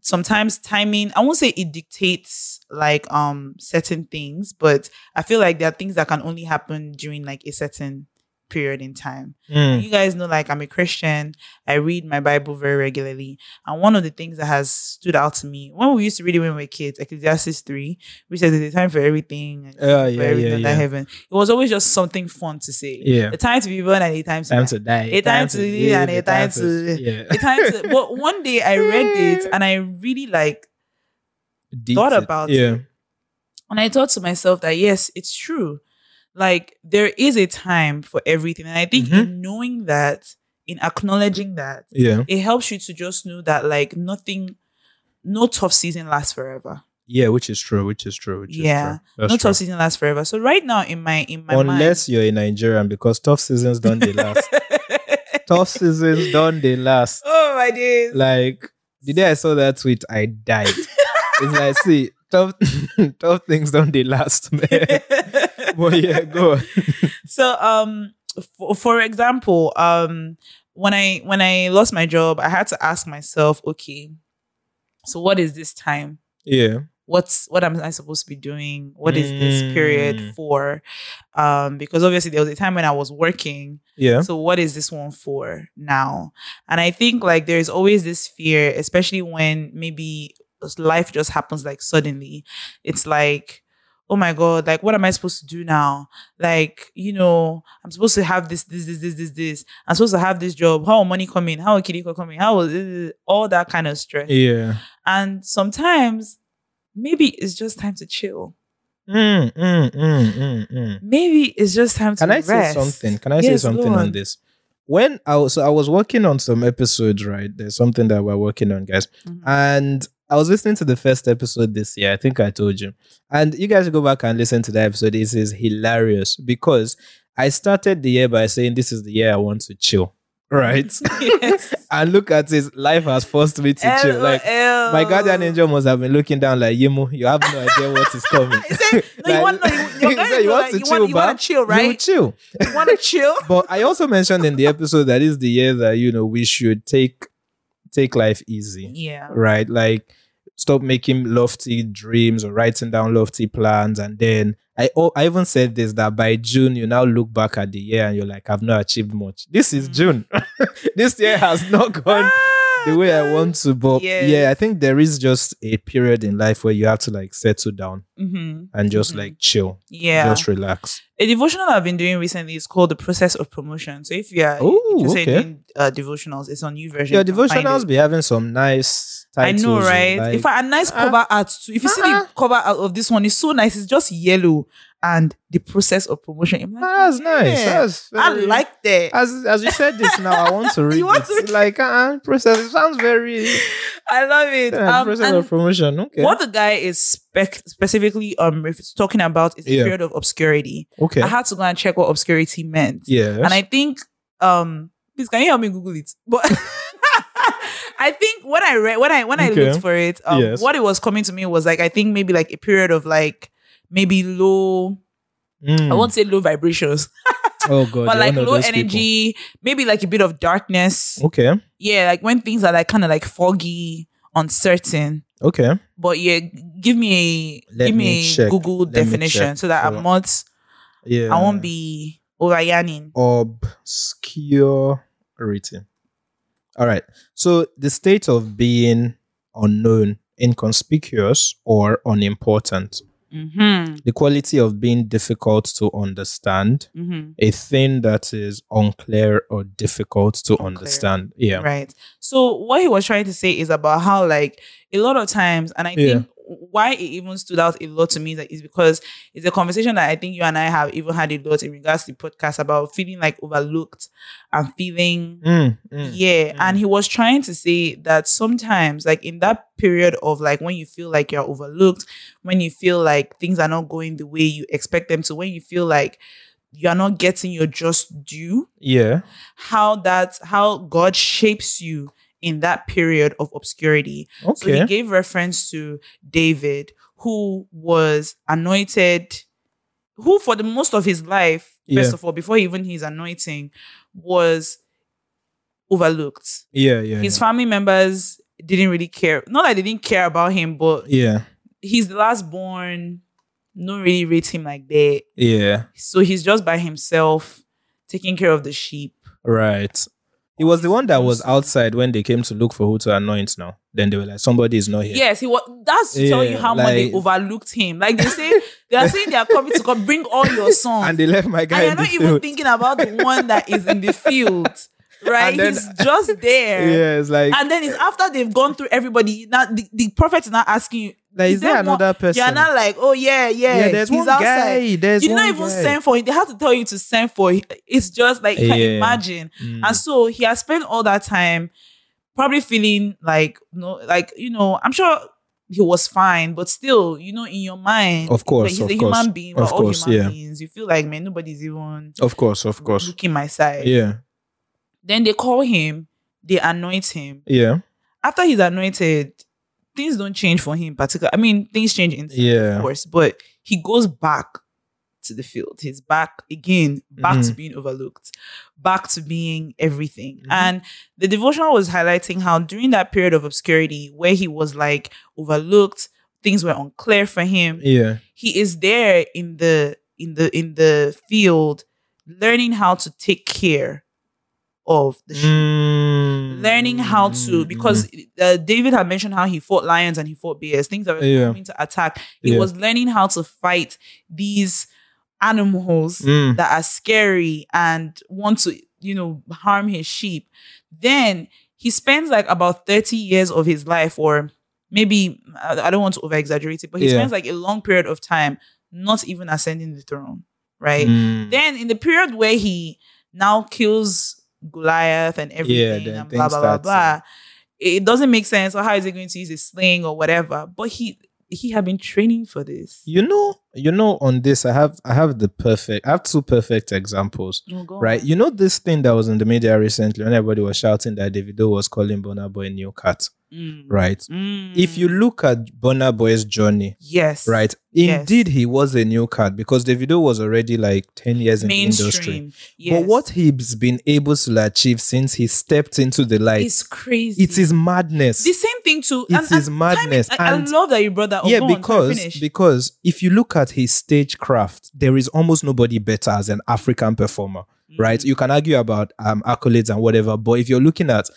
sometimes timing i won't say it dictates like um certain things but i feel like there are things that can only happen during like a certain period in time
Mm.
you guys know like i'm a christian i read my bible very regularly and one of the things that has stood out to me when we used to read it when we were kids ecclesiastes 3 which says there's a time for everything and
Uh, yeah,
for everything
yeah,
under
yeah.
heaven it was always just something fun to say
Yeah.
a time to be born and a time to,
Time
die.
to die.
A time to live and a time to-
Yeah.
a time to but one day i read it and i really like
Deep
thought
it.
about
yeah.
it. and i thought to myself that yes it's true like there is a time for everything and i think
Mhm.
in knowing that in acknowledging that
Yeah.
it helps you to just know that like nothing no tough season lasts forever
Yeah. Which is true. Which is true. Which
Yeah.
Is true. That's
no
true.
tough season lasts forever so right now in my in my (laughs)
Unless you're a Nigerian, because tough seasons don't they
mind
last. tough seasons done they last.
Oh my days.
Like (laughs) the day I saw that tweet, I died. (laughs) it's like see, tough (laughs) tough things don't they last, man. but yeah, go on.
so um for, for example um when i when i lost my job i had to ask myself okay so what is this time
Yeah.
what's what am i supposed to be doing What is this
Mm.
period for um because obviously there was a time when i was working
Yeah.
so what is this one for now and i think like there's always this fear especially when maybe life just happens like suddenly it's like oh my god like what am i supposed to do now like you know i'm supposed to have this this this this this this i'm supposed to have this job how will money come in how will kiriko come in how will this- this- all that kind of stress
Yeah.
and sometimes maybe it's just time to chill
Mm, mm, mm, mm, mm.
maybe it's just time
Can
to
I say
rest.
something? Can I say
Yes, go
something on.
on.
this? When I was, so I was working on some episodes, right? There's something that we're working on, guys.
Mhm.
And I was listening to the first episode this year. I think I told you. And you guys go back and listen to that episode. It is hilarious because I started the year by saying this is the year I want to chill, right?
(laughs) Yes.
and look at it, life has forced me to chill. Like
LOL.
my guardian angel must have been looking down like Yemu, you have no idea what is coming.
(laughs) He said,
(laughs)
no, you want, no, you, your
He said,
guardian angel, like, you want, you
but
want to
You
chill,
will
right?
chill.
You want
(laughs)
to chill?
but I also mentioned in the episode that is the year that you know we should take take life easy,
Yeah.
right? Like stop making lofty dreams or writing down lofty plans, and then I oh, I even said this that by June you now look back at the year and you're like I've not achieved much. This is
Mm.
June. (laughs) this year has not gone
Ah,
the way I want to, but
Yes.
yeah, I think there is just a period in life where you have to like settle down
Mm-hmm.
and just
Mhm.
like chill,
Yeah.
just relax.
a devotional I've been doing recently is called The Process of Promotion. So if you're
Ooh,
interested
okay.
in uh, devotionals, it's on new version.
Your
you can find
devotionals
it.
be having some nice
I
titles.
know,
oh,
right?
like-
in fact, a nice
Uh-uh.
cover art too. If you see
Uh-uh.
the cover art of this one, it's so nice. It's just yellow and the process of promotion. I'm like,
Ah, that's nice.
yeah,
That's
I
very-
like that.
As as you said this now, I want
(laughs)
to read
You want
it.
to read-
like uh, process. It sounds very
I love it.
yeah,
Um,
process
and
of promotion. Okay,
What the guy is spec- specifically um ref- talking about is the
Yeah.
period of obscurity.
okay,
I had to go and check what obscurity meant,
yeah.
and I think um please can you help me Google it? But (laughs) I think when I read when I when I
Okay.
looked for it, um,
Yes.
what it was coming to me was like I think maybe like a period of like maybe low
Hmm.
I won't say low vibrations,
Mm. Oh god,
but
you're
like
one of
low
those people.
energy, maybe like a bit of darkness.
Okay,
Yeah, like when things are like kind of like foggy, uncertain.
okay.
But yeah, g- give me a
Let
give
me
me, a
check.
Google
me
definition
check.
so that
Sure.
I'm not
Yeah,
I won't be overyanning.
obscurity. All right. So the state of being unknown, inconspicuous, or unimportant.
Mm-hmm.
the quality of being difficult to understand,
Mm-hmm.
a thing that is unclear or difficult to
Unclear.
understand. Yeah.
Right. So what he was trying to say is about how like a lot of times, and I
Yeah.
think why it even stood out a lot to me that is because it's a conversation that I think you and I have even had a lot in regards to the podcast about feeling like overlooked and feeling
Mm, mm,
Yeah,
Mm.
and he was trying to say that sometimes, like in that period of like when you feel like you're overlooked, when you feel like things are not going the way you expect them to, when you feel like you're not getting your just due,
Yeah.
how that how God shapes you in that period of obscurity. So
Okay.
he gave reference to David, who was anointed, who for the most of his life, first
Yeah.
of all, before even his anointing, was overlooked
yeah. Yeah.
his family members didn't really care. Not that they didn't care about him, but
yeah.
he's the last born. No one really rates him like that.
yeah. Yeah.
So he's just by himself taking care of the sheep.
Right. He was the one that was outside when they came to look for who to anoint now. Then they were like, somebody is not here.
Yes, he was that's to tell you
Yeah,
how much they
like-
overlooked him. Like they say, they are saying they are coming to come bring all
(laughs)
your sons.
And they left my guy
and you're
in the
not even
field.
thinking about the one that is in the field.
(laughs)
Right?
And then-
he's just
(laughs)
there.
Yeah, it's like,
And then it's after they've gone through everybody. Now the, the prophet is not asking you,
like is,
is
there
there one-
another person?
You're not like, oh yeah, yeah.
yeah, there's
he's
one
outside.
guy. There's
you did
one
not even
guy.
send for him. They had to tell you to send for him. It's just like you can
Yeah.
imagine.
Mm.
And so he has spent all that time probably feeling like no, like, you know, I'm sure he was fine, but still, you know, in your mind,
Of course,
he's
of
a
course,
human being, we're
of
all
course,
human
yeah.
beings. You feel like man, nobody's even
Of course, of course.
looking my side.
Yeah.
Then they call him, they anoint him.
Yeah.
After he's anointed, things don't change for him. Particular, I mean, things change in
Yeah.
of course, but he goes back to the field. He's back again, back to
Mhm.
being overlooked, back to being everything.
Mhm.
And the devotional was highlighting how during that period of obscurity where he was like overlooked, things were unclear for him.
Yeah.
He is there in the in the in the field learning how to take care of the
Mm.
sheep learning how to because uh, David had mentioned how he fought lions and he fought bears, things that were
Yeah.
coming to attack. He
Yeah.
was learning how to fight these animals
Mm,
that are scary and want to, you know, harm his sheep. Then he spends like about 30 years of his life, or maybe I I don't want to over exaggerate it, but he
Yeah.
spends like a long period of time not even ascending the throne, right?
mm.
then in the period where he now kills Goliath and everything
then
and blah
things
blah blah
start to-
blah, it doesn't make sense. Or how is he going to use his sling or whatever? But he he had been training for this.
you know, you know, on this, I have I have the perfect I have two perfect examples.
Oh, go
Right.
on.
You know this thing that was in the media recently when everybody was shouting that Davido was calling Bonner Boy new cat.
Mm.
Right.
Mm.
If you look at Bonner Boy's journey,
yes
right,
Yes.
indeed he was a new cat because Davido was already like 10 years in the industry.
mainstream. Yes.
But what he's been able to achieve since he stepped into the light,
is crazy?
it is madness.
the same thing too.
It is madness.
I, I
And-
love that you brought that. Up.
yeah,
Oh, Go on, sorry,
because
finish.
because if you look at his stagecraft, there is almost nobody better as an African performer. right?
Mm.
You can argue about um, accolades and whatever, but if you're looking at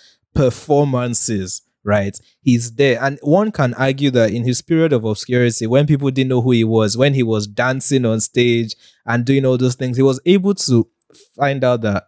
performances, right, he's there. And one can argue that in his period of obscurity, when people didn't know who he was, when he was dancing on stage and doing all those things, he was able to find out that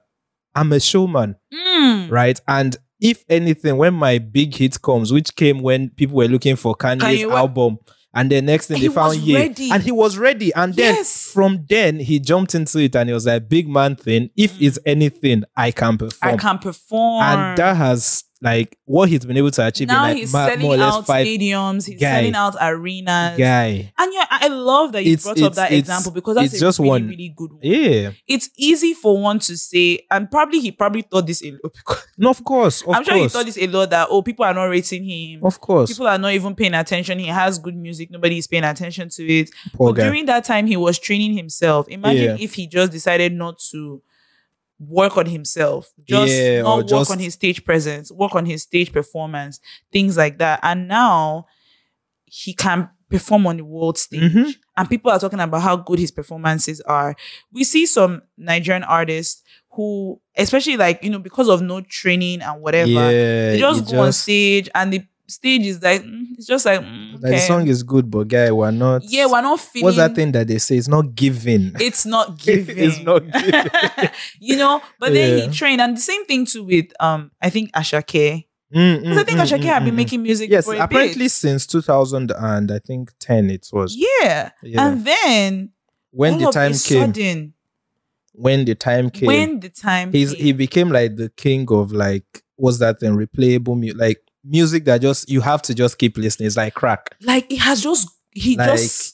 I'm a showman,
Mm.
right? And if anything, when my big hit comes, which came when people were looking for Kanye's
Kanye West-
album, and the next thing
He
they found
was
Ye,
ready.
and he was ready, and then
Yes.
from then he jumped into it and he was like, "Big man thing. If
Mm.
it's anything, I can perform."
I can perform.
and that has like what he's been able to achieve
now
in like
he's
ma-
selling
more or less
out
five
stadiums. He's
Guy.
selling out arenas.
guy.
And yeah, I I love that you
It's-
brought up
it's-
that
it's-
example because that's
it's
a
just
really,
one. Eh?
really good one.
Yeah,
It's easy for one to say, and probably he probably thought this a lot because
no, of course, of
(laughs) I'm sure he
course,
thought this a lot that oh, people are not rating him.
of course.
People are not even paying attention. He has good music. Nobody is paying attention to it.
Poor
but
guy.
during that time, he was training himself.
Yeah.
Imagine if he just decided not to work on himself, just
Yeah,
not
or
work
just-
on his stage presence, work on his stage performance, things like that. And now he can perform on the world stage
Mhm.
and people are talking about how good his performances are. We see some Nigerian artists who, especially like, you know, because of no training and whatever,
Yeah,
they just
you
go on stage and the stage is like, mm, it's just like, mm,
like, the
okay.
song is good, but guy, we're not.
yeah, we're not feeling.
what's that thing that they say? It's not
(laughs)
giving.
It's not
(laughs)
giving.
It's not giving.
(laughs) you know, but then
Yeah.
he trained. And the same thing too with, um, I think Ashake.
Mm,
Because I think
mm,
Ashake
mm,
had
mm,
been
mm.
making music
Yes,
for a
apparently
bit.
since 2000 and I think 10 it was.
Yeah.
Yeah.
And then
when the
all
time
of a
came,
sudden,
when the time came,
when the time
he's,
came,
he became like the king of like what's that thing replayable music like music that just you have to just keep listening. It's like crack.
like it has just he
Like,
just sh-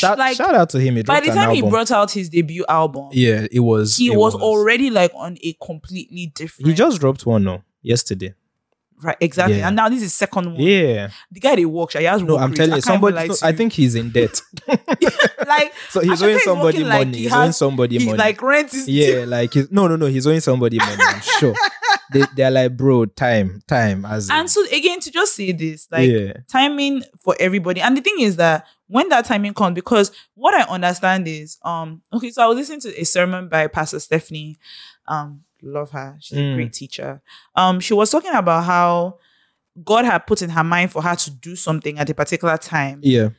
Shout,
like
shout out to him. He
by
dropped
the
an
time he
album.
brought out his debut album
yeah, it was.
he
it
was, already like on a completely different
He just dropped one no yesterday.
right exactly
Yeah.
and now this is second one
Yeah.
the guy they walked he has
No,
work
I'm
rate.
telling
I
you,
can't even
somebody.
lie to
I
you.
think he's in debt. (laughs)
like
so he's
Ashake
owing
is
somebody
working like
money.
he
he's owing
has-
somebody
he
money.
like rent is due.
yeah, like he's, no, no, no. He's owing somebody money.
(laughs)
I'm sure. they, they're like, bro, time, time. As in.
and so again to just say this like
yeah,
timing for everybody and the thing is that when that timing comes because what i understand is um okay so i was listening to a sermon by pastor stephanie um love her she's
Mm.
a great teacher um she was talking about how god had put in her mind for her to do something at a particular time
yeah,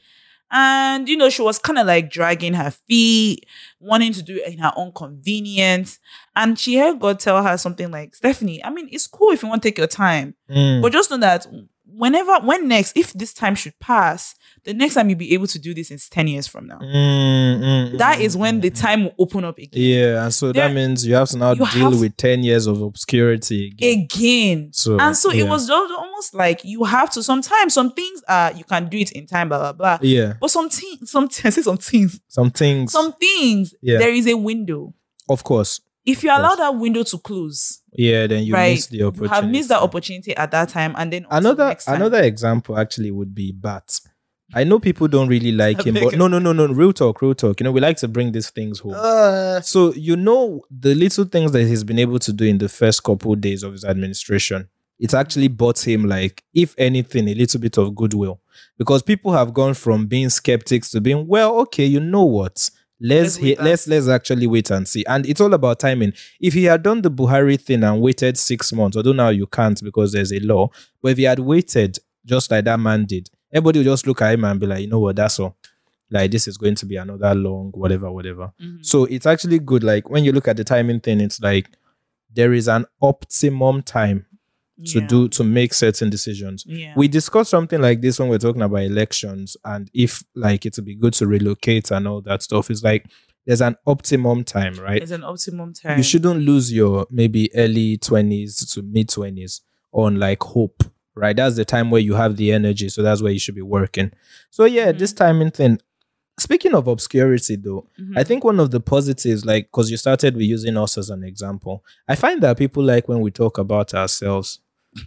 and you know she was kind of like dragging her feet wanting to do it in her own convenience and she heard god tell her something like stephanie i mean it's cool if you want to take your time
Mm.
but just know that whenever, when next, if this time should pass, the next time you'll be able to do this is 10 years from now.
Mm, mm,
That
mm,
is when the
mm,
time will open up
mm.
again.
Yeah, and so that
There-
means you have to now
you
deal
have-
with ten years of obscurity. Again.
Again.
So
and so
yeah.
it was just almost like you have to sometimes some things are you can do it in time, blah blah blah.
yeah,
But some (laughs) things some I say some things.
some things.
Some things
Yeah.
there is a window.
of course,
If you allow
course.
that window to close,
Yeah, then you
Right.
miss the
you
opportunity.
have missed that opportunity at that time, and then also
Another
next time.
another example actually would be Bat. I know people don't really
(laughs)
like him, but
Big-
no, no, no, no. Real talk, real talk. You know, we like to bring these things
Mm-hmm.
home. so you know the little things that he's been able to do in the first couple days of his administration it's actually bought him like if anything a little bit of goodwill because people have gone from being skeptics to being well okay you know what let's
Let's
he-
wait and
let's let's actually wait and see and it's all about timing if he had done the buhari thing and waited 6 months although now you can't because there's a law but if he had waited just like that man did everybody would just look at him and be like you know what that's all like this is going to be another long whatever whatever
Mhm.
so it's actually good. Like when you look at the timing thing, it's like there is an optimum time to
Yeah.
do to make certain decisions.
Yeah.
We discussed something like this when we are talking about elections and if like it would be good to relocate and all that stuff. It's like there's an optimum time, right?
it's an optimum time.
You shouldn't lose your maybe early 20s to mid 20s on like hope, right? That's the time where you have the energy. So that's where you should be working. So, yeah,
Mhm.
this timing thing. Speaking of obscurity, though,
Mhm.
I think one of the positives, like, because you started with using us as an example, I find that people like when we talk about ourselves.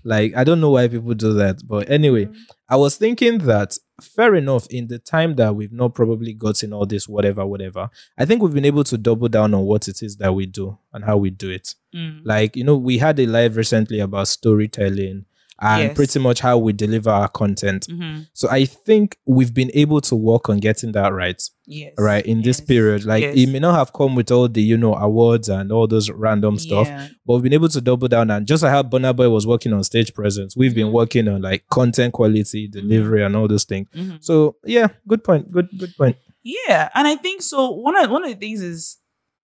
Like, I don't know why people do that. But anyway,
Mhm.
I was thinking that, fair enough, in the time that we've not probably gotten all this, whatever, whatever, I think we've been able to double down on what it is that we do and how we do it.
Mm.
Like, you know, we had a live recently about storytelling and
Yes.
pretty much how we deliver our content.
Mhm.
So I think we've been able to work on getting that right
Yes.
right in this
Yes.
period like
Yes.
it may not have come with all the you know awards and all those random stuff
Yeah.
but we've been able to double down and just like how Burna Boy was working on stage presence we've been
Mhm.
working on like content quality
Mm.
delivery and all those things
Mhm.
so yeah good point good good point
Yeah, and I think so. One of one of the things is,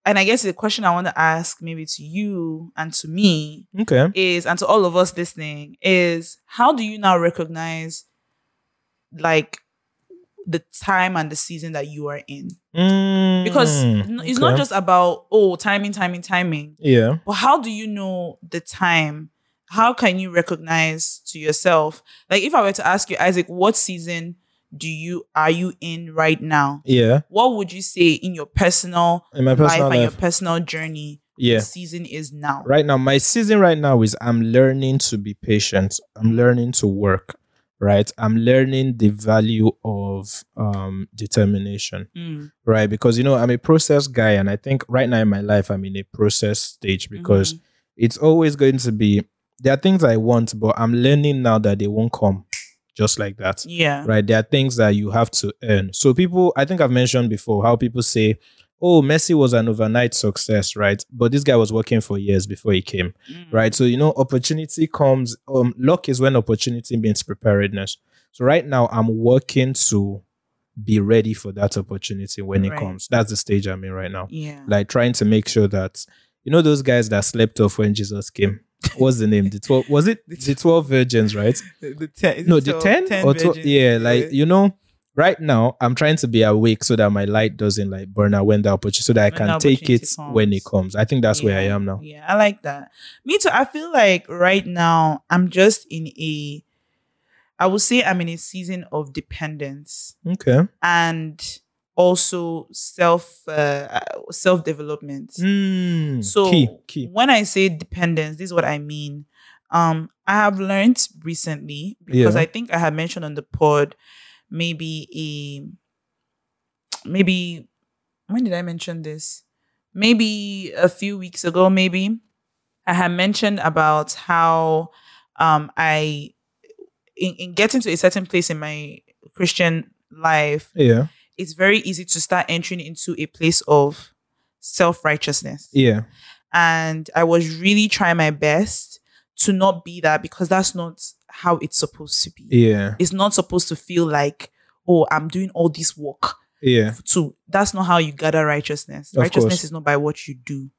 and I guess the question I want to ask maybe to you and to me
okay
is, and to all of us listening is, how do you now recognize, like, the time and the season that you are in? Because
Mm,
n- it's not
okay.
just about oh timing, timing, timing,
yeah
but how do you know the time? How can you recognize to yourself? Like, if I were to ask you, Isaac, what season do you are you in right now?
yeah
what would you say in your personal,
in my personal
life
life,
and your personal journey
yeah
the season is now
right now my season right now is i'm learning to be patient i'm learning to work right i'm learning the value of um determination
Mm,
right because you know i'm a process guy and i think right now in my life i'm in a process stage because
mhm.
it's always going to be there are things i want but i'm learning now that they won't come just like that
yeah
right there are things that you have to earn so people i think i've mentioned before how people say oh messi was an overnight success right but this guy was working for years before he came
Mm,
right so you know opportunity comes um luck is when opportunity meets preparedness so right now i'm working to be ready for that opportunity when it
Right.
comes that's the stage i'm in right now
yeah
like trying to make sure that you know those guys that slept off when jesus came what's the name the 12 was it the 12 virgins
(laughs)
right
the, the ten,
no the 10, or 12 yeah like you know right now i'm trying to be awake so that my light doesn't like burn out when the opportunity so that i
When
can
the
take it
opportunity
when it
comes.
comes i think that's where i am now
yeah i like that me too i feel like right now i'm just in a i would say i'm in a season of dependence
okay
and also self uh, self development
Mm,
So
key, key.
when I say dependence, this is what I mean. Um, I have learned recently because
Yeah.
I think I had mentioned on the pod maybe a maybe when did I mention this? Maybe a few weeks ago, maybe I had mentioned about how um I in, in getting to a certain place in my Christian life,
Yeah,
it's very easy to start entering into a place of self-righteousness
yeah,
and I was really trying my best to not be that because that's not how it's supposed to be.
yeah,
It's not supposed to feel like, oh, I'm doing all this work
yeah,
to. That's not how you gather righteousness.
Of
righteousness
course.
is not by what you do;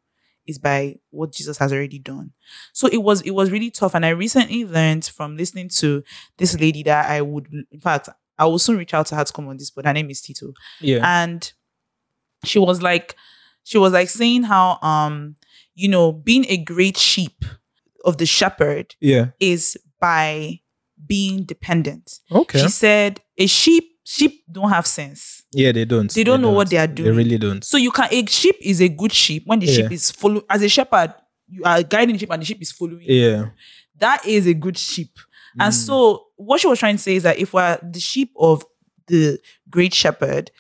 it's by what Jesus has already done. So it was it was really tough, and I recently learned from listening to this lady that I would, in fact, I will soon reach out to her to come on this. But her name is Tito
yeah,
and she was like she was like saying how um you know being a great sheep of the shepherd
yeah.
is by being dependent
Okay.
she said a sheep sheep don't have sense.
Yeah, they don't.
They don't know what they are
They
doing.
really don't.
So you can a sheep is a good sheep when the sheep
Yeah.
is follow as a shepherd, you are guiding the sheep and the sheep is following. you.
Yeah.
That is a good sheep. And
Mm.
so what she was trying to say is that if we're the sheep of the great shepherd,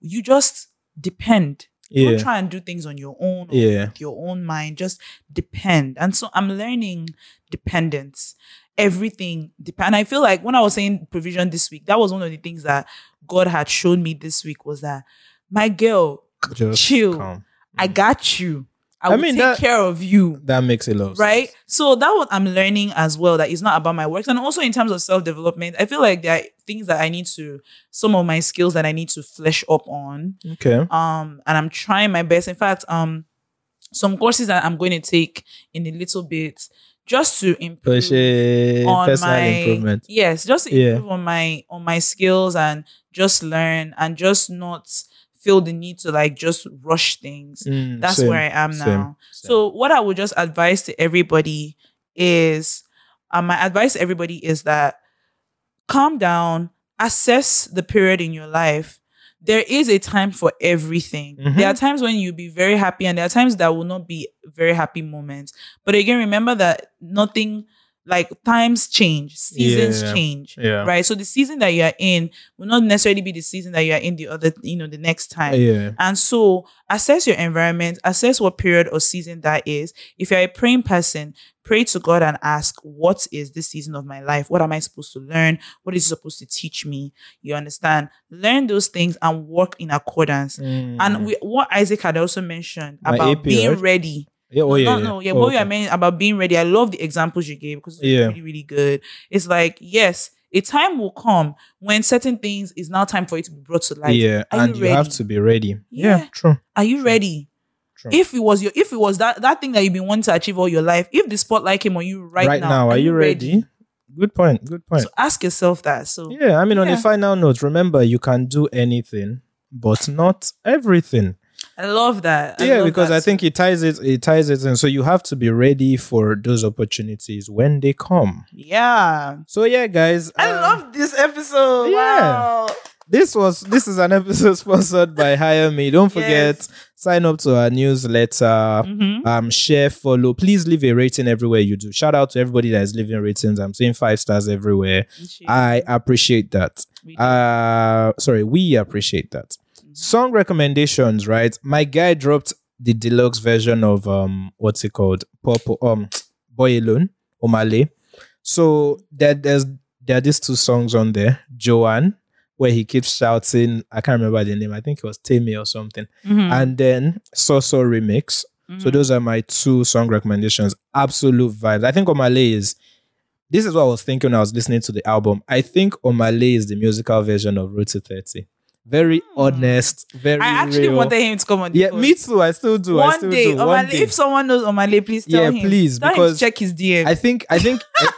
you just depend. Don't
yeah.
try and do things on your own or
Yeah.
with your own mind. Just depend. And so I'm learning dependence. Everything depend. And I feel like when I was saying provision this week, that was one of the things that God had shown me this week was that my girl,
Just
chill.
calm.
I got you. I,
I
will
mean,
take
that-
care of you.
That makes a lot. of
Right?
sense.
So that what I'm learning as well that it's not about my works. And also in terms of self-development, I feel like there are things that I need to, some of my skills that I need to flesh up on
Okay.
um and i'm trying my best in fact um some courses that i'm going to take in a little bit just to improve
Push it. Personal improvement.
yes just to
Yeah.
improve on my on my skills and just learn and just not feel the need to like just rush things
Mm,
that's
same,
where i am
same,
now
same.
so what I would just advise to everybody is, um, my advice to everybody is that calm down, assess the period in your life. There is a time for everything.
Mhm.
There are times when you'll be very happy, and there are times that will not be very happy moments. But again, remember that nothing like times change, seasons
Yeah.
change,
yeah.
right? So the season that you are in will not necessarily be the season that you are in the other, you know, the next time.
Yeah.
And so assess your environment, assess what period or season that is. If you're a praying person, pray to God and ask, What is this season of my life? What am I supposed to learn? What is it supposed to teach me? You understand? Learn those things and work in accordance.
Mm.
And we, what Isaac had also mentioned
My
about
AP,
being
right?
ready.
yeah, oh,
No,
yeah,
no, no, yeah.
Oh,
what
okay.
you are meant about being ready. I love the examples you gave because it's
Yeah.
really, really good. It's like, yes, a time will come when certain things is now time for it to be brought to light.
yeah,
are you
and you, have
ready?
to be ready.
Yeah.
true.
Are you
Sure.
ready?
True.
if it was your if it was that that thing that you've been wanting to achieve all your life if the spotlight came on you right, now,
are you ready? Good point. Good point.
so ask yourself that so
yeah, I mean, on a
yeah.
final note, remember you can do anything, but not everything.
i love that I
yeah,
love
because
that.
I think it ties it. It ties it in. So you have to be ready for those opportunities when they come.
yeah
So yeah, guys,
i
um,
love this episode
yeah.
wow
this was this is an episode (laughs) sponsored by Hire Me. Don't forget
Yes.
sign up to our newsletter.
Mhm.
um share follow please leave a rating everywhere you do shout out to everybody that is leaving ratings i'm seeing five stars everywhere i appreciate that
We do. Mm-hmm.
uh sorry we appreciate that song recommendations right my guy dropped the deluxe version of um what's it called purple um boy alone omale so there, there's there are these two songs on there joanne where he keeps shouting i can't remember the name i think it was tammy or something
Mhm.
and then so so remix so
Mhm.
those are my two song recommendations. Absolute vibes. I think Omale is. This is what I was thinking when I was listening to the album. I think Omale is the musical version of Road to Thirty. Very
Hmm.
honest. Very.
i actually
real.
wanted him to come on the
Yeah,
pod.
me too. I still do. I
one
still
day,
do. One
Omale-
day.
if someone knows Omale, please tell
Yeah,
him.
please,
tell him
because
to check his DM.
I think. I think.
(laughs)
I-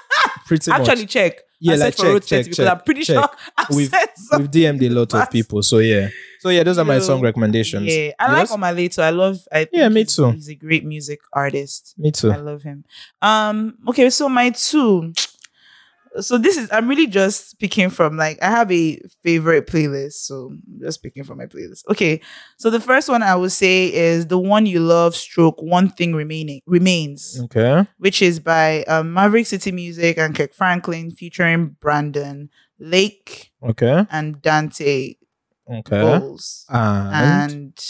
pretty
Actually,
much.
check.
Yeah,
I
like
search for
check,
Road
check,
30 because
check,
I'm pretty
check. (laughs)
sure I've
We've-
said something.
We've DM'd a lot of
fast.
people, so yeah. So yeah, those are my song
Yo.
recommendations.
Yeah, I
Yours?
like Omale too. I love. I think
Yeah, me
he's-
too.
He's a great music artist.
Me too.
I love him. Um. Okay, so my two. So this is I'm really just picking from like I have a favorite playlist, so I'm just picking from my playlist. Okay, so the first one I would say is the one you love, stroke one thing remaining remains
Okay.
which is by um, Maverick City Music and Kirk Franklin, featuring Brandon Lake
Okay.
and Dante
Okay.
Bowles
And,
and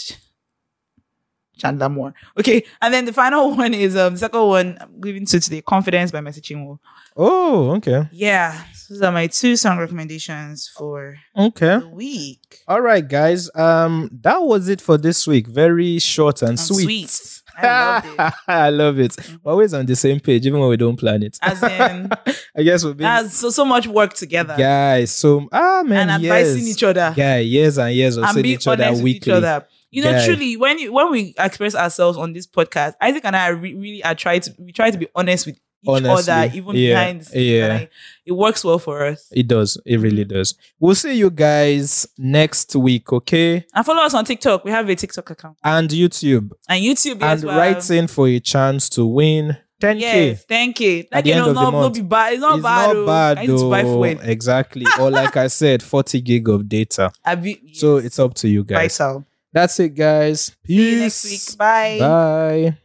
Chandler Moore. Okay, and then the final (laughs) one is um second one I'm giving to today, Confidence by Messi Chinwo.
oh, okay.
Yeah, those are my two song recommendations for
Okay.
the week.
All right, guys. Um, that was it for this week. Very short and,
And
sweet. (laughs)
sweet. I loved it.
I love it.
Mhm.
We're always on the same page, even when we don't plan it.
As in,
(laughs) I guess we've been
as so so much work together
guys. So ah man,
and advising
yes.
each other.
Guy, years and years of
and
seeing
be
each other
honest with each
weekly.
other. You know,
Guy.
truly, when you, when we express ourselves on this podcast, Isaac and I are re- really are try to we try to be honest with each
Honestly,
other, even
yeah,
behind the scenes.
yeah.
And I- it works well for us.
It does. It really
Mm-hmm.
does. We'll see you guys next week, okay?
And follow us on TikTok. We have a TikTok account
And YouTube.
and YouTube
and
as well.
write in for a chance to win 10k.
Yes, thank you.
At
Like
the
you
end
know,
of the
not,
month.
not be bad. It's not
it's
bad.
not
oh.
bad
I need to buy
though.
food.
Exactly. Or
(laughs)
like I said, 40 gig of data.
I be-
So
yes.
it's up to you guys.
vital.
That's it, guys. Peace.
See you next week. Bye.
Bye.